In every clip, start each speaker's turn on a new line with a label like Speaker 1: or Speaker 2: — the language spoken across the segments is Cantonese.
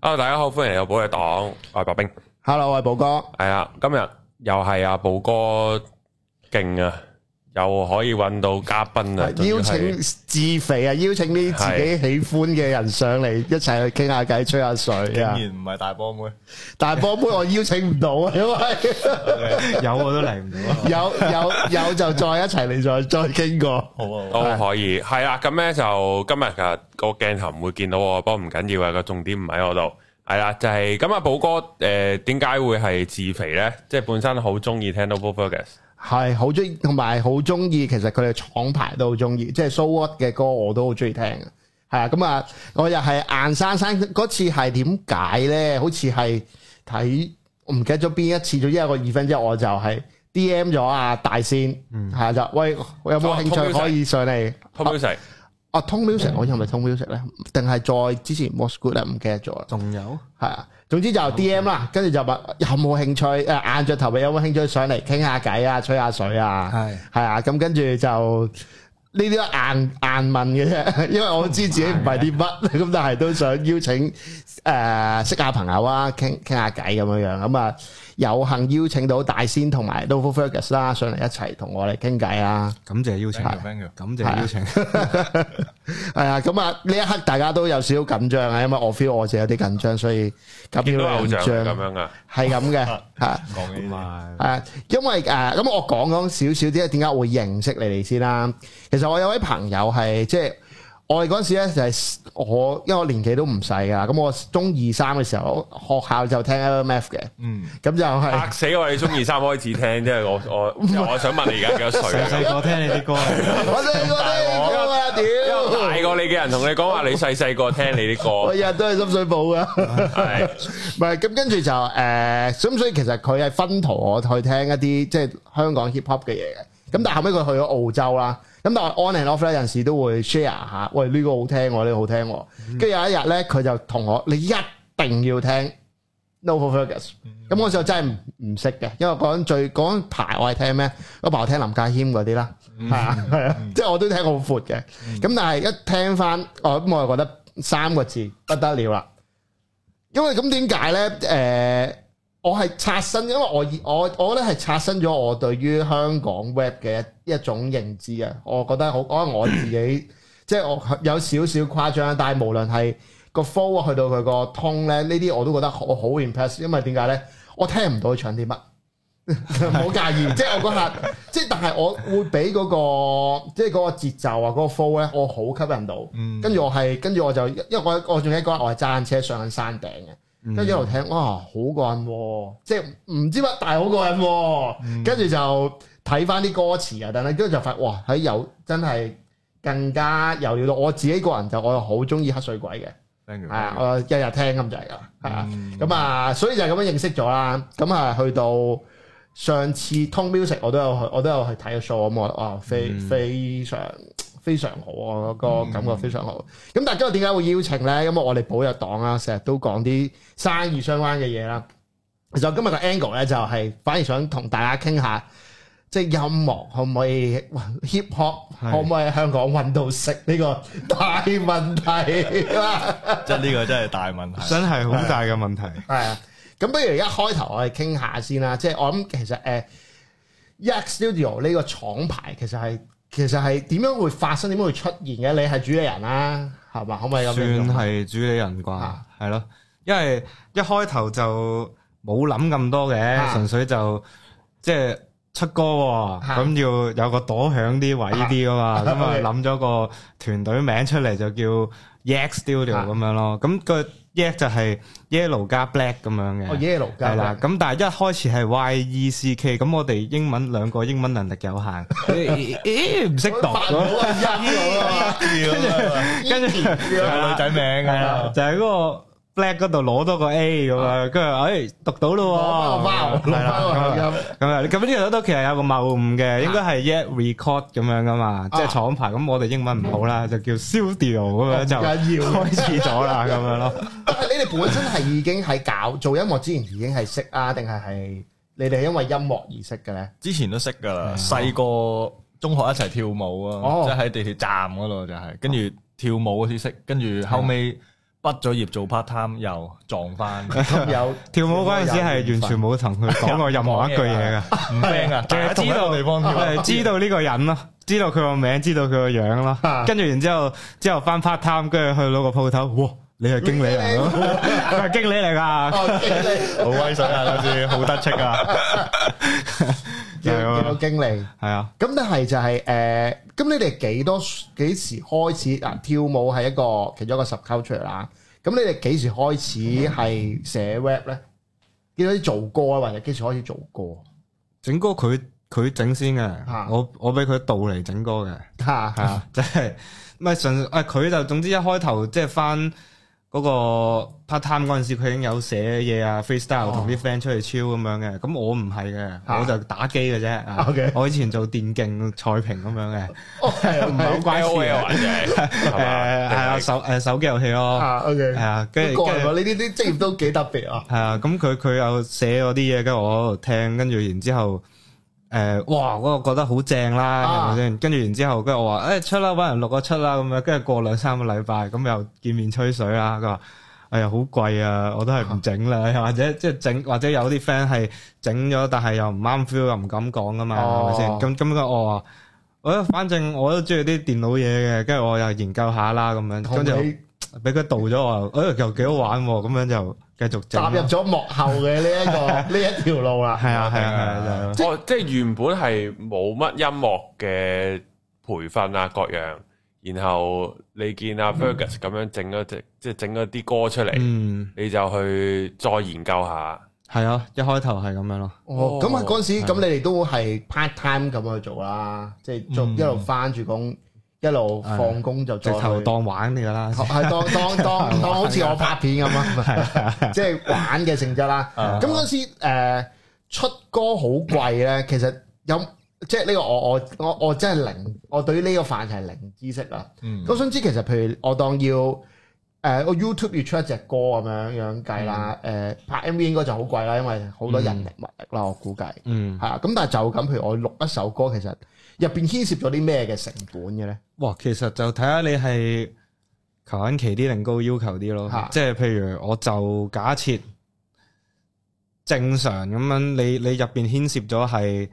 Speaker 1: 啊！大家好，歡迎嚟到寶藥黨，我係白冰，
Speaker 2: Hello，我係寶哥，
Speaker 1: 係啊，今日又係阿寶哥勁啊，又可以揾到嘉賓啊，仲要係
Speaker 2: 邀請自肥啊，邀請啲自己喜歡嘅人上嚟一齊去傾下偈、吹下水啊！
Speaker 3: 然唔係大 波妹，
Speaker 2: 但係波妹我邀請唔到啊，因為
Speaker 3: 有我都嚟唔到。
Speaker 2: 有有有就再一齊嚟再再傾過。
Speaker 3: 好啊，
Speaker 1: 都可以，係啦，咁咧就今日其實個鏡頭唔會見到我，不過唔緊要啊，個重點唔喺我度，係啦，就係咁啊，寶哥誒點解會係自肥咧？即係本身好中意聽到 Bob Fergus，
Speaker 2: 係好中意，同埋好中意。其實佢哋廠牌都好中意，即係 So What 嘅歌我都好中意聽嘅。係啊，咁啊，我又係硬生生嗰次係點解咧？好似係睇我唔記得咗邊一次咗，因為個 event 之後我就係 D.M 咗啊大仙，係就喂我有冇興趣可以上嚟？
Speaker 1: 通標食
Speaker 2: 啊，通 music 我係咪通 music 咧？定係再之前 What's Good 咧？唔記得咗啦。
Speaker 3: 仲有
Speaker 2: 係啊，總之就 D.M 啦，跟住就問有冇興趣誒硬着頭皮有冇興趣上嚟傾下偈啊，吹下水啊，
Speaker 3: 係
Speaker 2: 係啊，咁跟住就呢啲都硬硬問嘅啫， 因為我知自己唔係啲乜，咁但係都想邀請誒、呃、識下朋友啊，傾傾下偈咁樣樣，咁啊有幸邀請到大仙同埋 Novo Fergus 啦上嚟一齊同我哋傾偈啊！
Speaker 4: 感謝邀請
Speaker 3: Thank you，thank you 啊
Speaker 4: 感謝邀請。
Speaker 2: 係啊，咁啊呢一刻大家都有少少緊張啊，因為我 feel 我自己有啲緊張，所以感
Speaker 1: 見
Speaker 2: 到
Speaker 1: 到偶
Speaker 2: 緊
Speaker 1: 像係咁
Speaker 2: 張
Speaker 1: 樣啊，
Speaker 2: 係 咁嘅嚇。
Speaker 3: 講
Speaker 4: 同
Speaker 3: 呢
Speaker 2: 誒，
Speaker 4: 埋
Speaker 2: 因為誒，咁、我講講少少啲，點解會認識你哋先啦？其實我有位朋友係即係我哋嗰陣時咧，就係、我因為我年紀都唔細噶，咁我中二三嘅時候，學校就聽 LMF 嘅，
Speaker 3: 嗯，
Speaker 2: 咁就係、
Speaker 1: 嚇死我！你中二三開始聽，即係我我我想問你而家幾 多歲
Speaker 4: 細
Speaker 1: 啊？
Speaker 4: 細個聽你啲歌，
Speaker 2: 我都我都講啊，屌！
Speaker 1: 大過你嘅人同你講話，你細細個聽你啲
Speaker 2: 我
Speaker 1: 歌
Speaker 2: 日哎日都係深水埗噶。
Speaker 1: 係。
Speaker 2: 唔係咁，跟住就誒，呃咁、所以其實佢係分途我去聽一啲即係香港 hip hop 嘅嘢嘅。咁但係後尾佢去咗澳洲啦，咁但係 on and off 咧有陣時都會 share 下，喂呢、個好聽喎，呢、個好聽喎。跟住有一日咧，佢就同我，你一定要聽 Novo Fergus。咁我就真係唔唔識嘅，因為嗰陣最嗰陣排我係聽咩？嗰排我聽林家謙嗰啲啦，係啊係啊， 即係我都聽好闊嘅。咁但係一聽翻，我咁我就覺得三個字不得了啦。因為咁點解呢？誒、我係刷新，因為我以我我覺得係刷新咗我對於香港 web 嘅一一種認知啊！我覺得好，可能我自己即係我 有少少誇張，但係無論係個 flow 啊去到佢個通咧，呢啲我都覺得我好 impress，因為點解呢？我聽唔到佢唱啲乜。 唔好介意，即係我嗰下，即係但係我會俾嗰、個即係嗰個節奏啊，嗰、個 flow 咧，我好吸引到。
Speaker 3: 嗯
Speaker 2: 跟住我係，跟住我就，因為我我仲記得嗰日我係揸緊車上緊山頂
Speaker 4: 嗯
Speaker 3: 嗯
Speaker 2: 嘅，跟住一路聽，哇，好過癮喎！即係唔知乜，但係好過癮喎。跟住就睇翻啲歌詞啊，等等，跟住就發，哇，喺有真係更加有料到。我自己個人就我又好中意黑水鬼嘅。
Speaker 3: ，thank
Speaker 2: 係啊，
Speaker 3: you，
Speaker 2: 我日日聽咁就係噶啦，係啊，
Speaker 3: 嗯
Speaker 2: 咁啊，所以就係咁樣認識咗啦。咁啊，去到上次通 music 我都有去，我都有去睇個 show 咁我啊非非常非常好啊，個感覺非常好。咁但係今日點解會邀請咧？因為我哋寶藥黨啊，成日都講啲生意相關嘅嘢啦。其實我今日個 angle 咧就係、反而想同大家傾下。即係音樂可唔可以 hip hop
Speaker 4: 係
Speaker 2: 可唔可以喺香港揾到食呢個大問題啦？
Speaker 3: 即係呢個真係大問題。
Speaker 4: 真係好大嘅問題。
Speaker 2: 係啊，咁不如一開頭我哋傾下先啦，即係我諗其實誒、呃、Yak Studio 呢個廠牌其實係其實係點樣會發生，點樣會出現嘅？你係主理人啦、係嘛？可唔可以咁
Speaker 4: 算
Speaker 2: 樣講？
Speaker 4: 係主理人啩
Speaker 2: 啊，
Speaker 4: 係咯，因為一開頭就冇諗咁多
Speaker 2: 啊
Speaker 4: 嘅，純粹就即係出歌喎，
Speaker 2: 啊
Speaker 4: 咁要有個朵響啲位啲噶嘛， 咁啊
Speaker 2: OK
Speaker 4: 諗咗個團隊名出嚟就叫 Yak Studio
Speaker 2: 啊
Speaker 4: 咁樣咯，咁個 Yak 就係 Yellow 加 Black 咁樣
Speaker 2: 哦
Speaker 4: 嘅。
Speaker 2: ，Yellow
Speaker 4: 係啦，
Speaker 2: 㗎，
Speaker 4: 咁但係一開始係 Y E C K，咁我哋英文兩個英文能力有限， 咦唔識讀
Speaker 2: 發唔到啊
Speaker 4: 咁，
Speaker 2: 個音㗎嘛
Speaker 4: 跟住
Speaker 3: 有女仔名
Speaker 4: 係
Speaker 3: 㗎，
Speaker 4: 啊
Speaker 2: 啊
Speaker 4: 啦，就喺嗰個 black 嗰度攞多個 A 咁啊，跟住誒讀到
Speaker 2: 攞
Speaker 4: 咯
Speaker 2: 翻
Speaker 4: 喎，
Speaker 2: 個包，攞
Speaker 4: 係啦
Speaker 2: 翻個啊
Speaker 4: 咁啊
Speaker 2: 口音，
Speaker 4: 咁啊，咁呢度都其實有個謬誤嘅，應該係 Yet Record 咁樣噶嘛，
Speaker 2: 啊
Speaker 4: 即係廠牌，咁我哋英文唔好啦，就叫 Studio 咁樣就
Speaker 2: 哦唔緊要
Speaker 4: 開始 咗啦，咁樣咯。
Speaker 2: 但係你哋本身係已經係搞做音樂之前已經係識啊，定係係你哋係因為音樂而識嘅咧？
Speaker 3: 之前都識㗎
Speaker 4: 啊
Speaker 3: 啦，細個中學一齊跳舞
Speaker 2: 哦
Speaker 3: 啊，即係喺地鐵站嗰度就係，跟住跳舞嗰時識，跟住後尾畢咗業做 part time 又撞翻，
Speaker 2: 有
Speaker 4: 跳舞嗰陣時係完全冇同佢 講
Speaker 2: 啊
Speaker 4: 過任何一句嘢㗎。
Speaker 3: 唔 friend 啊，
Speaker 4: 淨係知道
Speaker 3: 地方
Speaker 4: 我係知道呢個人咯，知道佢個名，知道佢個樣
Speaker 2: 啊
Speaker 4: 咯，跟住然之後之後翻 part time，跟住去到個鋪頭，哇！你係經理嚟咯，佢 係經理嚟㗎，
Speaker 2: 哦經理
Speaker 3: 好威水啊，好似好得戚啊，
Speaker 4: 就
Speaker 2: 叫
Speaker 4: 係咁
Speaker 2: 叫
Speaker 4: 咯
Speaker 2: 經理。
Speaker 4: 係啊，
Speaker 2: 咁但啊係就係、誒，咁、你哋幾多幾時開始啊？跳舞係一個其中一個 subculture 啦。咁你哋幾時開始係寫 rap 咧？幾多啲做歌啊，或者幾時開始做歌
Speaker 4: 整歌佢佢整先
Speaker 2: 啊
Speaker 4: 嘅，我我俾佢導嚟整歌嘅。
Speaker 2: 嚇
Speaker 4: 系啊， 即係唔係純啊？佢就總之一開頭即係翻嗰個 part time 嗰陣時，佢已經有寫嘢啊，freestyle 同啲 friend 出去超咁樣嘅。咁我唔係
Speaker 2: 嚇
Speaker 4: 嘅，我就打機嘅啫。啊
Speaker 2: OK
Speaker 4: 我以前做電競賽評咁樣嘅，
Speaker 2: 哦，係啊，唔
Speaker 4: 唔係好
Speaker 2: 係
Speaker 4: 關
Speaker 1: L O
Speaker 4: 事
Speaker 1: L
Speaker 4: 嘅。
Speaker 1: 或者係
Speaker 4: 誒係啊，
Speaker 1: 嘛，
Speaker 4: 手誒手機遊戲咯，
Speaker 2: 啊，OK，
Speaker 4: 係啊，跟
Speaker 2: 跟
Speaker 4: 住
Speaker 2: 住
Speaker 4: 跟住
Speaker 2: 呢啲啲職業都幾特別啊。
Speaker 4: 係啊，咁佢佢有寫嗰啲嘢，跟住我喺度聽，跟住然之後，誒、哇，嗰、個覺得好正啦，係
Speaker 2: 啊
Speaker 4: 咪先？跟住然之後，跟住我話，誒、出啦，揾人錄個出啦，咁樣，跟住過兩三個禮拜，咁又見面吹水啦，佢話。哎呀，好貴啊！我都係唔整啦， 又或者即係整，或者有啲 friend 係整咗，但係又唔啱 feel，又唔敢講噶嘛，係咪先？
Speaker 2: 哦
Speaker 4: 咁咁我話，我反正我都中意啲電腦嘢嘅，跟住我又研究下啦，咁樣，
Speaker 2: 同
Speaker 4: 跟住
Speaker 2: 你
Speaker 4: 俾佢導咗我，誒、哎、又幾好玩喎，咁樣就繼續整
Speaker 2: 踏
Speaker 4: 啦。
Speaker 2: 入咗幕後嘅呢一 個呢一條路啦。
Speaker 4: 系啊系啊系啊，
Speaker 1: 哦，即係原本係冇乜音樂嘅培訓啊，各樣，然後你見阿 Fergus 咁樣整咗只，即係整咗啲歌出嚟，
Speaker 4: 嗯
Speaker 1: 你就去再研究下。
Speaker 4: 系啊，一開頭係咁樣咯，
Speaker 2: 哦，咁啊嗰陣時，咁你哋都係 part time 咁去做啦，即係做
Speaker 3: 嗯
Speaker 2: 一路翻住工，一路放工就
Speaker 4: 直
Speaker 2: 再去哦
Speaker 4: 頭當玩嚟噶啦，
Speaker 2: 係當當當當好似我拍片咁啊，即係玩嘅性質啦。
Speaker 3: 啊
Speaker 2: 咁嗰時誒出歌好貴咧，其實有即係呢個我我我我真係零，我對於呢個範疇係零知識啦。
Speaker 3: 嗯
Speaker 2: 咁我想知其實譬如我當要誒、呃我 YouTube 要出一隻歌咁樣樣計啦，誒、呃拍 MV 應該就好貴啦，因為好多人力物力啦，我估計
Speaker 4: 嗯
Speaker 2: 係，啊。咁但係就咁，譬如我錄一首歌，其實入邊牽涉咗啲咩嘅成本嘅咧？
Speaker 4: 哇，其實就睇下你係求緊期啲定高要求啲
Speaker 2: 嚇
Speaker 4: 咯，即係譬如我就假設正常咁樣，你你入边牽涉咗係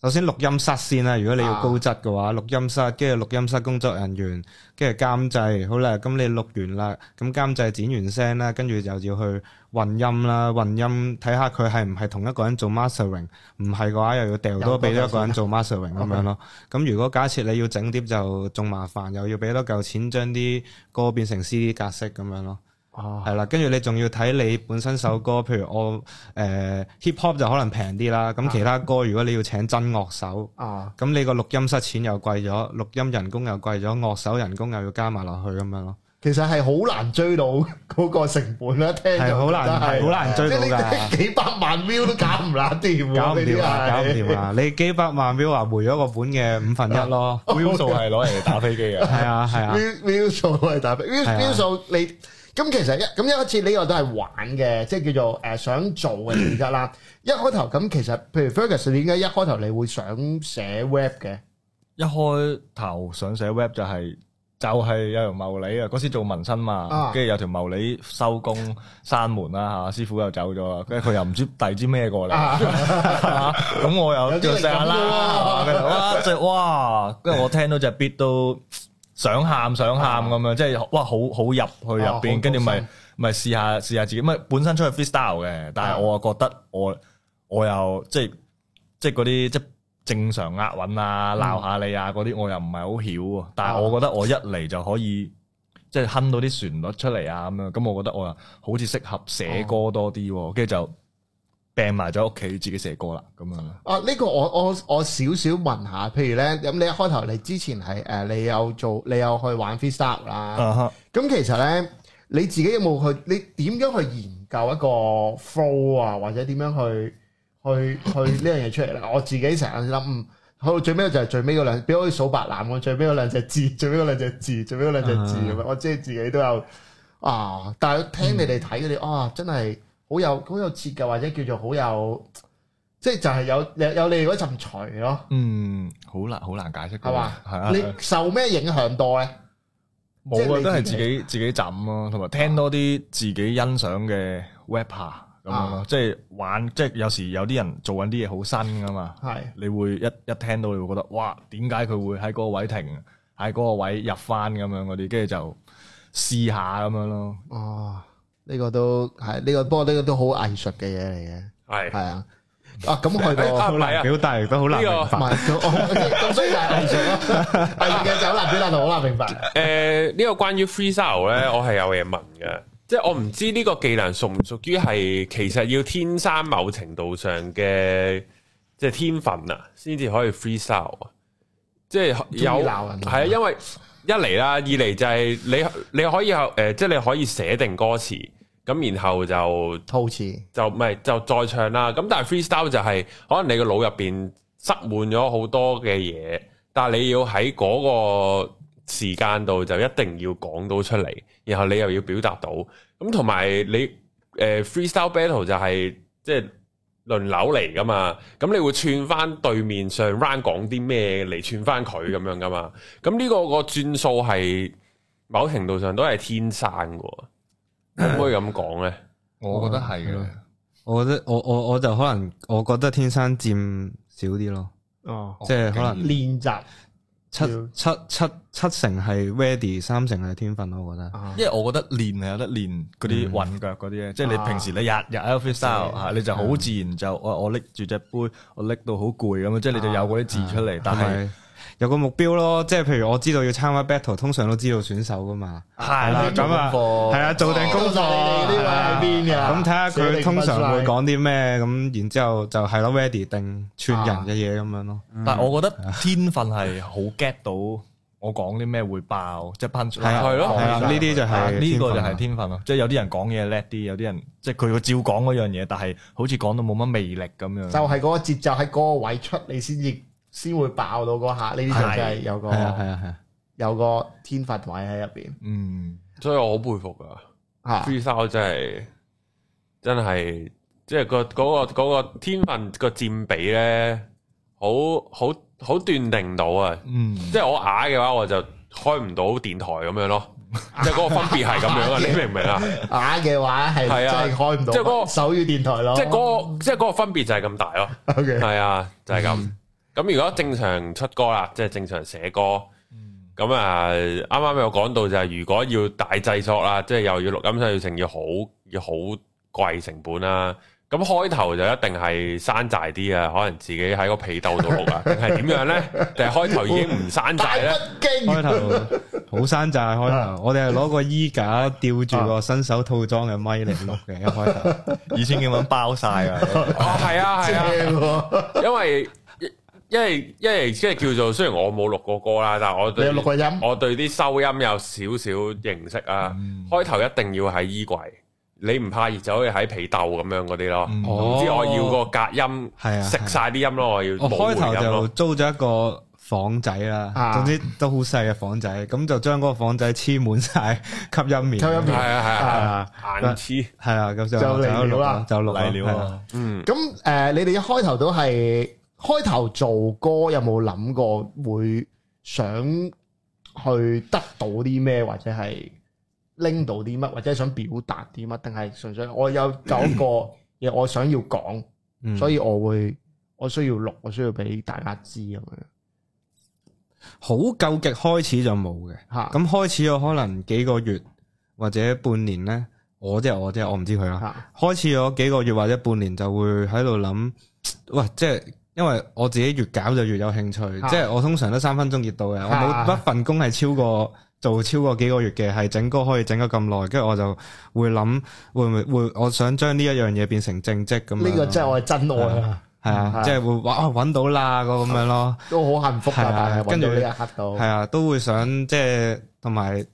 Speaker 4: 首先錄音室先啦，如果你要
Speaker 2: 啊
Speaker 4: 高質嘅話，錄音室跟住錄音室工作人員，跟住監製，好啦，咁你錄完啦，咁監製剪完聲啦，跟住就要去混音啦，混音睇下佢係唔係同一個人做 mastering，唔係嘅話又要掉多俾一個人做 mastering 咁樣咯。咁如果假設你要整碟就仲麻煩，又要俾多嚿錢將啲歌變成 CD 格式咁樣咯。
Speaker 2: 啊
Speaker 4: 係啦，跟住你仲要睇你本身首歌，譬如我誒、呃 hip hop 就可能平啲啦，咁其他歌如果你要請真樂手，
Speaker 2: 啊！
Speaker 4: 咁你個錄音室錢又貴咗，錄音人工又貴咗，樂手人工又要加埋落去咁樣咯，
Speaker 2: 其實係好難追到嗰個成本啦，聽
Speaker 4: 係
Speaker 2: 就
Speaker 4: 好
Speaker 2: 真
Speaker 4: 難
Speaker 2: 係
Speaker 4: 好難追到
Speaker 2: 即係呢
Speaker 4: 㗎
Speaker 2: 啲幾百萬 view 都搞唔撚掂喎，
Speaker 4: 搞唔
Speaker 2: 呢啲
Speaker 4: 掂啊，
Speaker 2: 係
Speaker 4: 搞唔掂！啊！你幾百萬秒話回咗個本嘅五分一咯，
Speaker 3: ，view 數係攞嚟打飛機嘅，
Speaker 4: 係啊係啊，
Speaker 2: view view 數係大 view
Speaker 4: 係啊
Speaker 2: view 數你咁其實一咁一開始呢個都係玩嘅，即係叫做誒、呃想做嘅性質啦。一開頭咁其實譬如 Fergus 點解一開頭你會想寫 rap 嘅？
Speaker 3: 一開頭想寫 web 就係就係有條茂利啊，嗰時做紋身
Speaker 2: 啊
Speaker 3: 嘛，跟住有條茂利收工閂門啦嚇，師傅又走咗啊，跟住佢又唔知遞支咩過嚟，
Speaker 2: 啊
Speaker 3: 咁我又就成日啦，跟住哇，即係哇，跟住我聽到只 beat 都想喊想喊咁樣，即係哇好好入去入邊，跟住咪咪試下試下自己，咪本身出去 freestyle 嘅，但係我又覺得我我又即係即係嗰啲即係正常押韻啊、鬧下你啊嗰啲，我又唔係好曉喎，但係我覺得我一嚟就可以。即係哼到啲旋律出嚟啊咁樣，咁我覺得我又好似適合寫歌多啲喎，跟住就病埋咗喺屋企自己寫歌啦，咁樣。
Speaker 2: 啊！呢、個我我我少少問下，譬如咧，咁你一開頭你之前係誒、呃你有做，你有去玩 freestyle 啦。
Speaker 3: 啊
Speaker 2: 咁其實咧，你自己有冇去？你點樣去研究一個 flow 啊，或者點樣去去去呢樣嘢出嚟咧？我自己成日諗，嗯去到最尾就係最尾嗰兩，比如好似數白欖咁，最尾嗰兩隻字， 最尾嗰兩隻字，最尾嗰兩隻字咁樣。我即係自己都有啊，但係聽你哋睇嗰啲啊，真係好有好有設計，或者叫做好有，即係就係有有有你哋嗰陣除咯，
Speaker 3: 嗯，好難好難解釋㗎
Speaker 2: 係嘛
Speaker 3: 係啊，
Speaker 2: 你受咩影響多咧？
Speaker 3: 冇啊，都係自己自己枕咯，同埋聽多啲自己欣賞嘅 rapper 咁樣咯，即係玩，即係有時有啲人做緊啲嘢好新噶嘛，
Speaker 2: 係
Speaker 3: 你會一一聽到你會覺得哇，點解佢會喺嗰個位停，喺嗰個位入翻咁樣嗰啲，跟住就試下咁樣咯。
Speaker 2: 哦，呢個都係呢個，不過呢個都好藝術嘅嘢嚟嘅，係
Speaker 1: 係
Speaker 2: 啊。啊，咁去到。
Speaker 1: 啊
Speaker 4: 好難表達，亦都好難
Speaker 1: 呢個
Speaker 4: 明
Speaker 2: 唔
Speaker 4: 白。
Speaker 2: 係咁我咁所以就係藝術咯， 藝術嘅就好難表達同好難明白。
Speaker 1: 诶呃呢個關於 freestyle 咧，我係有嘢問嘅，即系我唔知呢個技能屬唔屬於係其實要天生某程度上嘅即系天分啊，先至可以 freestyle 啊，即係
Speaker 2: 中
Speaker 1: 有
Speaker 2: 意鬧人
Speaker 1: 係啊，因為一嚟啦，二嚟就係你你可以诶、誒即係你可以寫定歌詞，咁然後就。
Speaker 2: 陶瓷
Speaker 1: 就唔係就再唱啦。咁但係 freestyle 就係、可能你個腦入邊塞滿咗好多嘅嘢，但係你要喺嗰個時間度就一定要講到出嚟，然後你又要表達到。咁同埋你誒、呃 freestyle battle 就係、即係。輪流嚟噶嘛，咁你會串翻對面上 round 講啲咩嚟串翻佢咁樣噶嘛？咁呢個個轉數係某程度上都係天生嘅喎，可唔可以咁講呢？
Speaker 3: 我覺
Speaker 4: 哦
Speaker 3: 得係嘅，
Speaker 4: 我覺得我我我就可能我覺得天生佔少啲咯，
Speaker 2: 哦，
Speaker 4: 即係可能
Speaker 2: 練習
Speaker 4: 七
Speaker 2: 要
Speaker 4: 七七七成係 ready，三成係天分咯。我覺得
Speaker 2: 啊
Speaker 3: 因為我覺得練係有得練嗰
Speaker 4: 嗯
Speaker 3: 啲混腳嗰啲咧，即係你
Speaker 4: 啊
Speaker 3: 平時你日日喺 freestyle 嚇，你就好自然就哦我我拎住只杯，我拎到好攰咁樣，即係你
Speaker 4: 啊
Speaker 3: 就有嗰啲字出嚟，但
Speaker 4: 同
Speaker 3: 係
Speaker 4: 埋有個目標咯，即係譬如我知道要參加 battle，通常都知道選手噶嘛。
Speaker 3: 係
Speaker 4: 啦咁啊係
Speaker 3: 係
Speaker 4: 啊，做定功
Speaker 2: 知
Speaker 4: 課，
Speaker 2: 道晒你哋呢位係邊嘅
Speaker 4: 咁睇下佢通常會
Speaker 2: 啊寫定
Speaker 4: 講啲咩，咁然之後就係咯 ready 定串人嘅嘢咁樣咯。
Speaker 3: 但係我覺得天分係好 get 到我講啲咩會爆，即係 punch
Speaker 4: 係啊，
Speaker 1: 係咯
Speaker 4: 係啊，呢啲就
Speaker 3: 啊
Speaker 4: 係
Speaker 3: 呢個就
Speaker 4: 天分
Speaker 3: 係
Speaker 4: 啦
Speaker 3: 天分啊咯，即係有啲人講嘢叻啲，有啲人即係佢會照講嗰樣嘢，但係好似講到冇乜魅力咁樣。
Speaker 2: 就係嗰個節奏喺嗰個位出，你先至先會爆到嗰下。呢啲就真係有
Speaker 4: 係
Speaker 2: 個
Speaker 4: 啊，係啊，係啊。
Speaker 2: 有個天分位喺入 邊
Speaker 3: 嗯，
Speaker 1: 所以我好佩服啊噶
Speaker 2: 嚇。
Speaker 1: freestyle 真係真係，即係個嗰、個嗰、個天分個佔比咧，好好好斷定到啊！
Speaker 3: 嗯，
Speaker 1: 即係我啞嘅話，我就開唔到電台咁樣咯，即係嗰個分別係咁樣啊！你明唔明啊？
Speaker 2: 啞嘅話
Speaker 1: 係
Speaker 2: 係真
Speaker 1: 啊
Speaker 2: 係開唔到
Speaker 1: 即係嗰個
Speaker 2: 手語電台咯。
Speaker 1: 即係嗰、個即係嗰個分別就係咁大咯。
Speaker 2: 個 OK
Speaker 1: 係啊，就係咁。
Speaker 2: 嗯
Speaker 1: 咁如果正常出歌啦，即係正常寫歌。
Speaker 2: 嗯
Speaker 1: 咁啊，啱啱有講到就係如果要大製作啦，即係又要錄音室要成要好要好貴成本啦。咁開頭就一定係山寨啲啊，可能自己喺個被竇度 錄啊，定係點樣呢？定係開頭已經唔山
Speaker 2: 大
Speaker 1: 寨呢？
Speaker 2: 不經
Speaker 4: 開頭好山寨，
Speaker 2: 啊
Speaker 4: 開頭我哋係攞個衣架吊住個新手套裝嘅咪嚟錄嘅，一開頭。
Speaker 3: 二千幾蚊包晒啊！
Speaker 1: 哦，係啊，係啊。
Speaker 2: 正喎，
Speaker 1: 因為因為因為即係叫做，雖然我冇錄過歌啦，但係我
Speaker 2: 你
Speaker 1: 對
Speaker 2: 有錄過音？
Speaker 1: 我對啲收音有少少認識啊。
Speaker 3: 嗯
Speaker 1: 開頭一定要喺衣櫃，你唔怕熱就可以喺被竇咁樣嗰啲咯。
Speaker 3: 嗯
Speaker 1: 唔知我要個隔音，
Speaker 4: 係啊
Speaker 1: 食晒啲音咯，我要
Speaker 4: 我
Speaker 1: 冇
Speaker 4: 哦開頭
Speaker 1: 回音
Speaker 4: 就
Speaker 1: 咯。
Speaker 4: 租咗一個房仔啦，
Speaker 2: 啊
Speaker 4: 總之都好細嘅房仔，咁就將嗰個房仔黐滿晒吸音棉，
Speaker 2: 吸音
Speaker 1: 係
Speaker 2: 棉
Speaker 4: 係
Speaker 1: 啊係啊，
Speaker 4: 啊，
Speaker 1: 硬黐，
Speaker 4: 係啊，咁就
Speaker 2: 就嚟料
Speaker 4: 錄
Speaker 2: 啦
Speaker 4: 就錄啦
Speaker 3: 嚟料
Speaker 4: 係啊
Speaker 3: 啊！
Speaker 1: 嗯，
Speaker 2: 咁誒、呃你哋一開頭都係開頭做歌，有冇諗過會想去得到啲咩，或者係拎到啲乜，或者想表達啲乜，定係純粹我有有一個嘢我想要講，
Speaker 4: 嗯
Speaker 2: 所以我會我需要錄，我需要俾大家知咁樣
Speaker 4: 好究極開始就冇嘅，
Speaker 2: 嚇。
Speaker 4: 咁開始咗可能幾個月或者半年呢，我即係我即係我唔知佢啦。
Speaker 2: 嚇
Speaker 4: 開始咗幾個月或者半年就會喺度諗，喂，即係因為我自己越搞就越有興趣，
Speaker 2: 啊
Speaker 4: 即係我通常都三分鐘熱度嘅，我
Speaker 2: 啊
Speaker 4: 冇乜份工係超過做超過幾個月嘅，係整歌可以整咗咁耐，跟住我就會諗會唔會會，我想將呢一樣嘢變成正職咁樣咯。
Speaker 2: 呢個真係我係真愛啊，
Speaker 4: 係啊
Speaker 2: 嗯，
Speaker 4: 即係會哇啊揾到啦個咁樣咯。
Speaker 2: 都好幸福
Speaker 4: 係
Speaker 2: 啊！
Speaker 4: 啊
Speaker 2: 但係揾
Speaker 4: 跟住
Speaker 2: 到呢一刻到
Speaker 4: 系啊，都會想即係同埋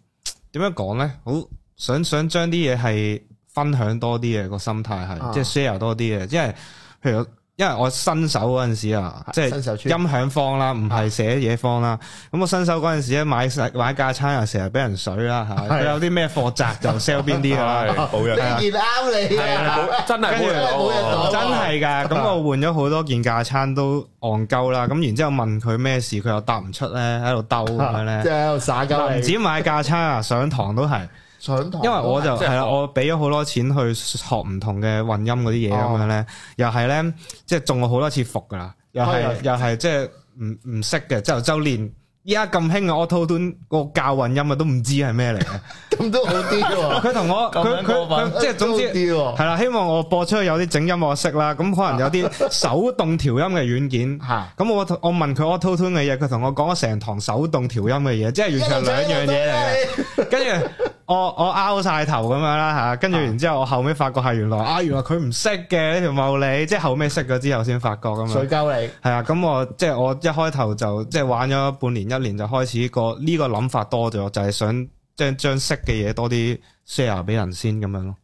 Speaker 4: 點樣講呢？好想想將啲嘢係分享多啲嘅個心態係，
Speaker 2: 啊
Speaker 4: 即係 share 多啲嘅，因為譬如因為我新手嗰陣時啊，即
Speaker 2: 新手啊
Speaker 4: 係
Speaker 2: 村
Speaker 4: 音響方啦，唔係寫嘢方啦。咁我新手嗰陣時咧，買晒買架餐又成日俾人水啦，嚇
Speaker 2: 係
Speaker 4: 佢有啲咩貨擲就 sell 邊啲 啦。
Speaker 1: 係冇人
Speaker 2: 呢件啱你啊！
Speaker 1: 冇真係冇人
Speaker 2: 冇人
Speaker 1: 攞
Speaker 2: 攞
Speaker 4: 啊真係㗎，咁
Speaker 2: 啊
Speaker 4: 我換咗好多件架餐都戇鳩啦，咁然之後問佢咩事，佢又答唔出咧，喺度兜咁樣
Speaker 2: 即
Speaker 4: 咧。
Speaker 2: 係喺度耍鳩
Speaker 4: 唔
Speaker 2: 你，
Speaker 4: 止買架餐啊，上堂都係，
Speaker 2: 上堂
Speaker 4: 因為 我就
Speaker 1: 即係
Speaker 4: 係啦，
Speaker 1: 學
Speaker 4: 我俾咗好多錢去學唔同嘅混音嗰啲嘢咁樣咧，又係咧，即係中過好多次伏㗎啦，又
Speaker 2: 係
Speaker 4: 係又係即係唔唔識嘅，就就連依家咁興嘅 Auto Tune 個教混音啊，都唔知係咩嚟嘅。
Speaker 2: 咁都好啲喎，
Speaker 4: 佢同我
Speaker 3: 咁
Speaker 4: 佢
Speaker 3: 樣
Speaker 4: 佢
Speaker 3: 過分
Speaker 4: 佢即係總之
Speaker 2: 都。啲喎
Speaker 4: 系啦，希望我播出去有啲整音樂識啦，咁可能有啲手動調音嘅軟件。
Speaker 2: 嚇
Speaker 4: 咁我同我問佢 auto tune 嘅嘢，佢同我講咗成堂手動調音嘅嘢，即係完全係兩樣嘢
Speaker 2: 嚟
Speaker 4: 嚟嘅。跟住我我拗晒頭咁樣啦吓，跟住然之後我後尾發覺係原來啊，原來佢唔識嘅呢條茂利，即係後尾識咗之後先發覺咁樣
Speaker 2: 水。鳩你，
Speaker 4: 係啊，咁我即係我一開頭就即係玩咗半年一年就開始個呢個諗法多咗，就係想將將識嘅嘢多啲 share 俾人先咁樣咯。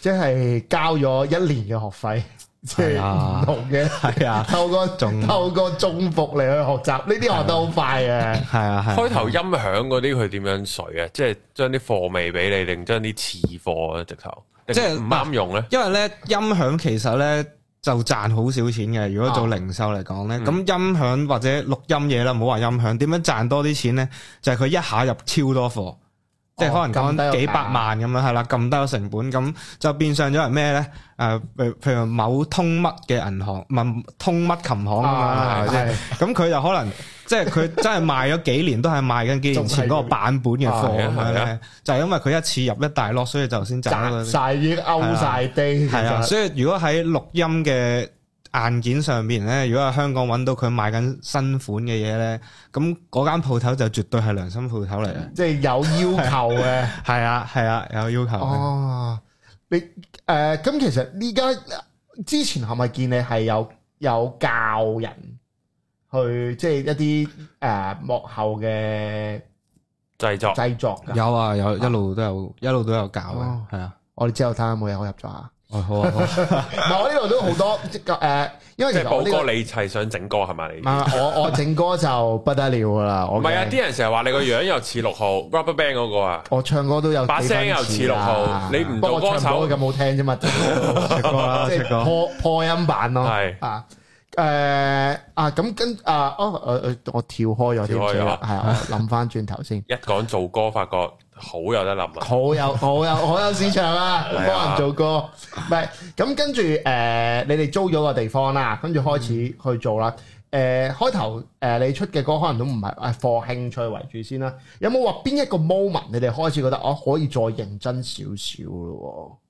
Speaker 2: 即係交咗一年嘅學費，即係
Speaker 4: 係啊
Speaker 2: 唔同嘅。
Speaker 4: 係啊。
Speaker 2: 透過
Speaker 4: 仲
Speaker 2: 透過中伏嚟去學習，呢啲學得好快嘅。
Speaker 4: 系啊系。
Speaker 1: 開頭音響嗰啲佢點樣水啊？即係將啲貨未俾你，定將啲次貨啊直頭，定
Speaker 4: 即係
Speaker 1: 唔啱用咧？
Speaker 4: 因為咧音響其實咧就賺好少錢嘅，如果做零售嚟講咧，咁、音響或者錄音嘢啦，唔好話音響，點樣賺多啲錢咧？就係佢一下入超多貨。即係可能
Speaker 2: 撳低個價
Speaker 4: 講幾百萬咁樣係啦，撳低個成本，咁就變相咗係咩咧？誒、譬如譬如某通乜嘅銀行，唔係通乜琴行啊嘛，係咪先？
Speaker 2: 係
Speaker 4: 咁佢就可能即係佢真係賣咗幾年都係賣緊幾年前嗰個版本嘅貨咁樣
Speaker 1: 係啊係
Speaker 4: 咧，就係因為佢一次入一大落，所以就先賺
Speaker 2: 賺
Speaker 4: 咗。
Speaker 2: 晒已經勾晒丁，
Speaker 4: 係啊，
Speaker 2: 其實
Speaker 4: 所以如果喺錄音嘅硬件上面咧，如果喺香港揾到佢賣緊新款嘅嘢咧，咁嗰間鋪頭就絕對係啊良心鋪頭嚟嘅。
Speaker 2: 即係有要求嘅。
Speaker 4: 係啊，係啊，有要求嘅。
Speaker 2: 哦，你誒咁其實呢家之前係咪見你係有有教人去即係一啲誒幕後嘅
Speaker 1: 製作
Speaker 2: 製作㗎？
Speaker 4: 有啊，有一路都有，一路都有搞
Speaker 2: 哦
Speaker 4: 嘅，係啊。
Speaker 2: 我哋之後睇下有冇嘢可以入 咗下。
Speaker 4: 哦，好啊，好啊。
Speaker 2: 唔係我呢度都好多即係誒，因為
Speaker 1: 即
Speaker 2: 其
Speaker 1: 係
Speaker 2: 實我
Speaker 1: 寶
Speaker 2: 呢個
Speaker 1: 哥，你係想整歌係咪？你
Speaker 2: 唔係我我整歌就不得了㗎啦。我
Speaker 1: 唔係啊！
Speaker 2: 嘅
Speaker 1: 啲人成日話你個樣又似六號 Rubberband 嗰個啊！
Speaker 2: 我唱歌都有
Speaker 1: 把
Speaker 2: 幾分
Speaker 1: 聲又似六號
Speaker 2: 啦
Speaker 1: 你唔
Speaker 2: 不過
Speaker 1: 做
Speaker 2: 我
Speaker 1: 歌手
Speaker 2: 唱唔到佢咁好聽啫嘛，
Speaker 4: 出歌啦，
Speaker 2: 即
Speaker 4: 出
Speaker 2: 係
Speaker 4: 歌。
Speaker 2: 破破音版咯，
Speaker 1: 啊係
Speaker 2: 啊。誒啊咁跟啊哦誒誒我跳開
Speaker 1: 跳
Speaker 2: 咗添，
Speaker 1: 開咗
Speaker 2: 係啊，我諗翻轉頭先，
Speaker 1: 一講做歌，發覺好有得諗啊！
Speaker 2: 好有好有好有市場啊，
Speaker 1: 係啊
Speaker 2: 幫人做歌，唔係咁跟住誒，你哋租咗個地方啦，跟住開始
Speaker 1: 嗯
Speaker 2: 去做啦。誒開頭誒你出嘅歌可能都唔係誒 for 興趣為主先啦，有冇話邊一個 moment 你哋開始覺得我可以再認真少少咯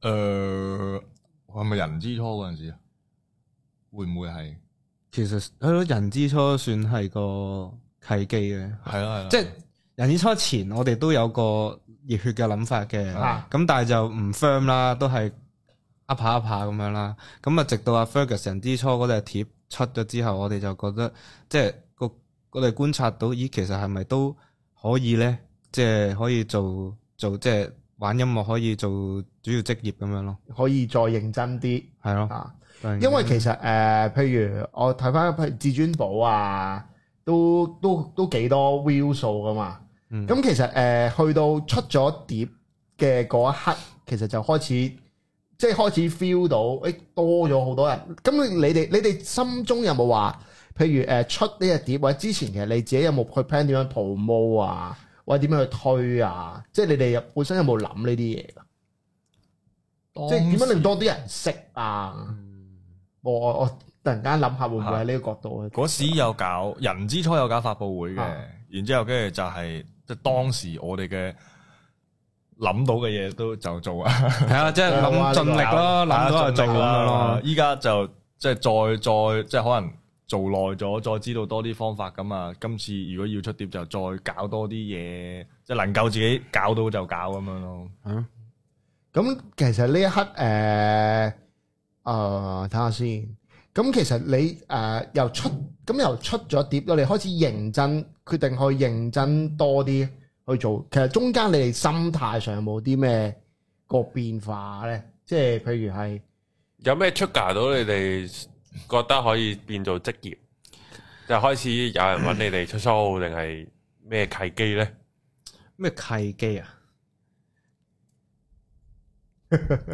Speaker 2: 喎？
Speaker 3: 誒，係咪人之初嗰阵时啊？會唔會係？
Speaker 4: 其實係咯，人之初算係個契機嘅。
Speaker 3: 係啊啦係啦，
Speaker 2: 啊
Speaker 4: 即係人之初前，我哋都有個熱血嘅諗法嘅，
Speaker 2: 啊
Speaker 4: 咁但係就唔 firm 啦，都係噏下噏下咁樣啦。咁啊，直到阿 Ferguson 之初嗰隻貼出咗之後，我哋就覺得即係個我哋觀察到，咦，其實係咪都可以咧？即係可以做做即係玩音樂可以做主要職業咁樣咯，
Speaker 2: 可以再認真啲
Speaker 4: 係咯。
Speaker 2: 啊！因為其實誒、呃譬如我睇翻譬如至尊寶啊，都都都幾多 view 數噶嘛。
Speaker 4: 嗯
Speaker 2: 咁、其實誒、呃去到出咗碟嘅嗰一刻，其實就開始即係開始 feel 到，誒、多咗好多人。咁你哋你哋心中有冇話，譬如誒、呃出呢隻碟或者之前其實你自己有冇去 plan 點樣 promo 啊，或者點樣去推啊？即係你哋有本身有冇諗呢啲嘢㗎？即係點樣令多啲人識啊？我我我突然間諗下會唔會喺呢個角度去
Speaker 3: 嗰時有搞人之初有搞發佈會嘅
Speaker 2: 啊，
Speaker 3: 然之後跟住就係即係當時我哋嘅諗到嘅嘢都就做啊，
Speaker 4: 係啊，即係諗盡力咯，諗到就做咁樣咯。
Speaker 3: 依家就即係再再即係可能做耐咗，再知道多啲方法咁啊。今次如果要出碟就再搞多啲嘢，即係能夠自己搞到就搞咁樣咯。
Speaker 2: 咁其實呢一刻誒誒睇下先，咁其實你誒、呃由出咁由出咗碟，我哋開始認真決定去認真多啲去做。其實中間你哋心態上有冇啲咩個變化咧？即係譬如係
Speaker 1: 有咩出格到你哋覺得可以變做職業？就開始有人揾你哋出 show 定係咩契機 咧？
Speaker 4: 咩契機啊？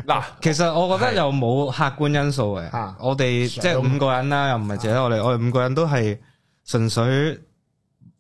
Speaker 1: 嗱，
Speaker 4: 其實我覺得又冇客觀因素嘅
Speaker 2: 啊，
Speaker 4: 我哋即
Speaker 2: 上啊
Speaker 4: 係五個人啦，又唔係淨係我哋，我哋五個人都係純粹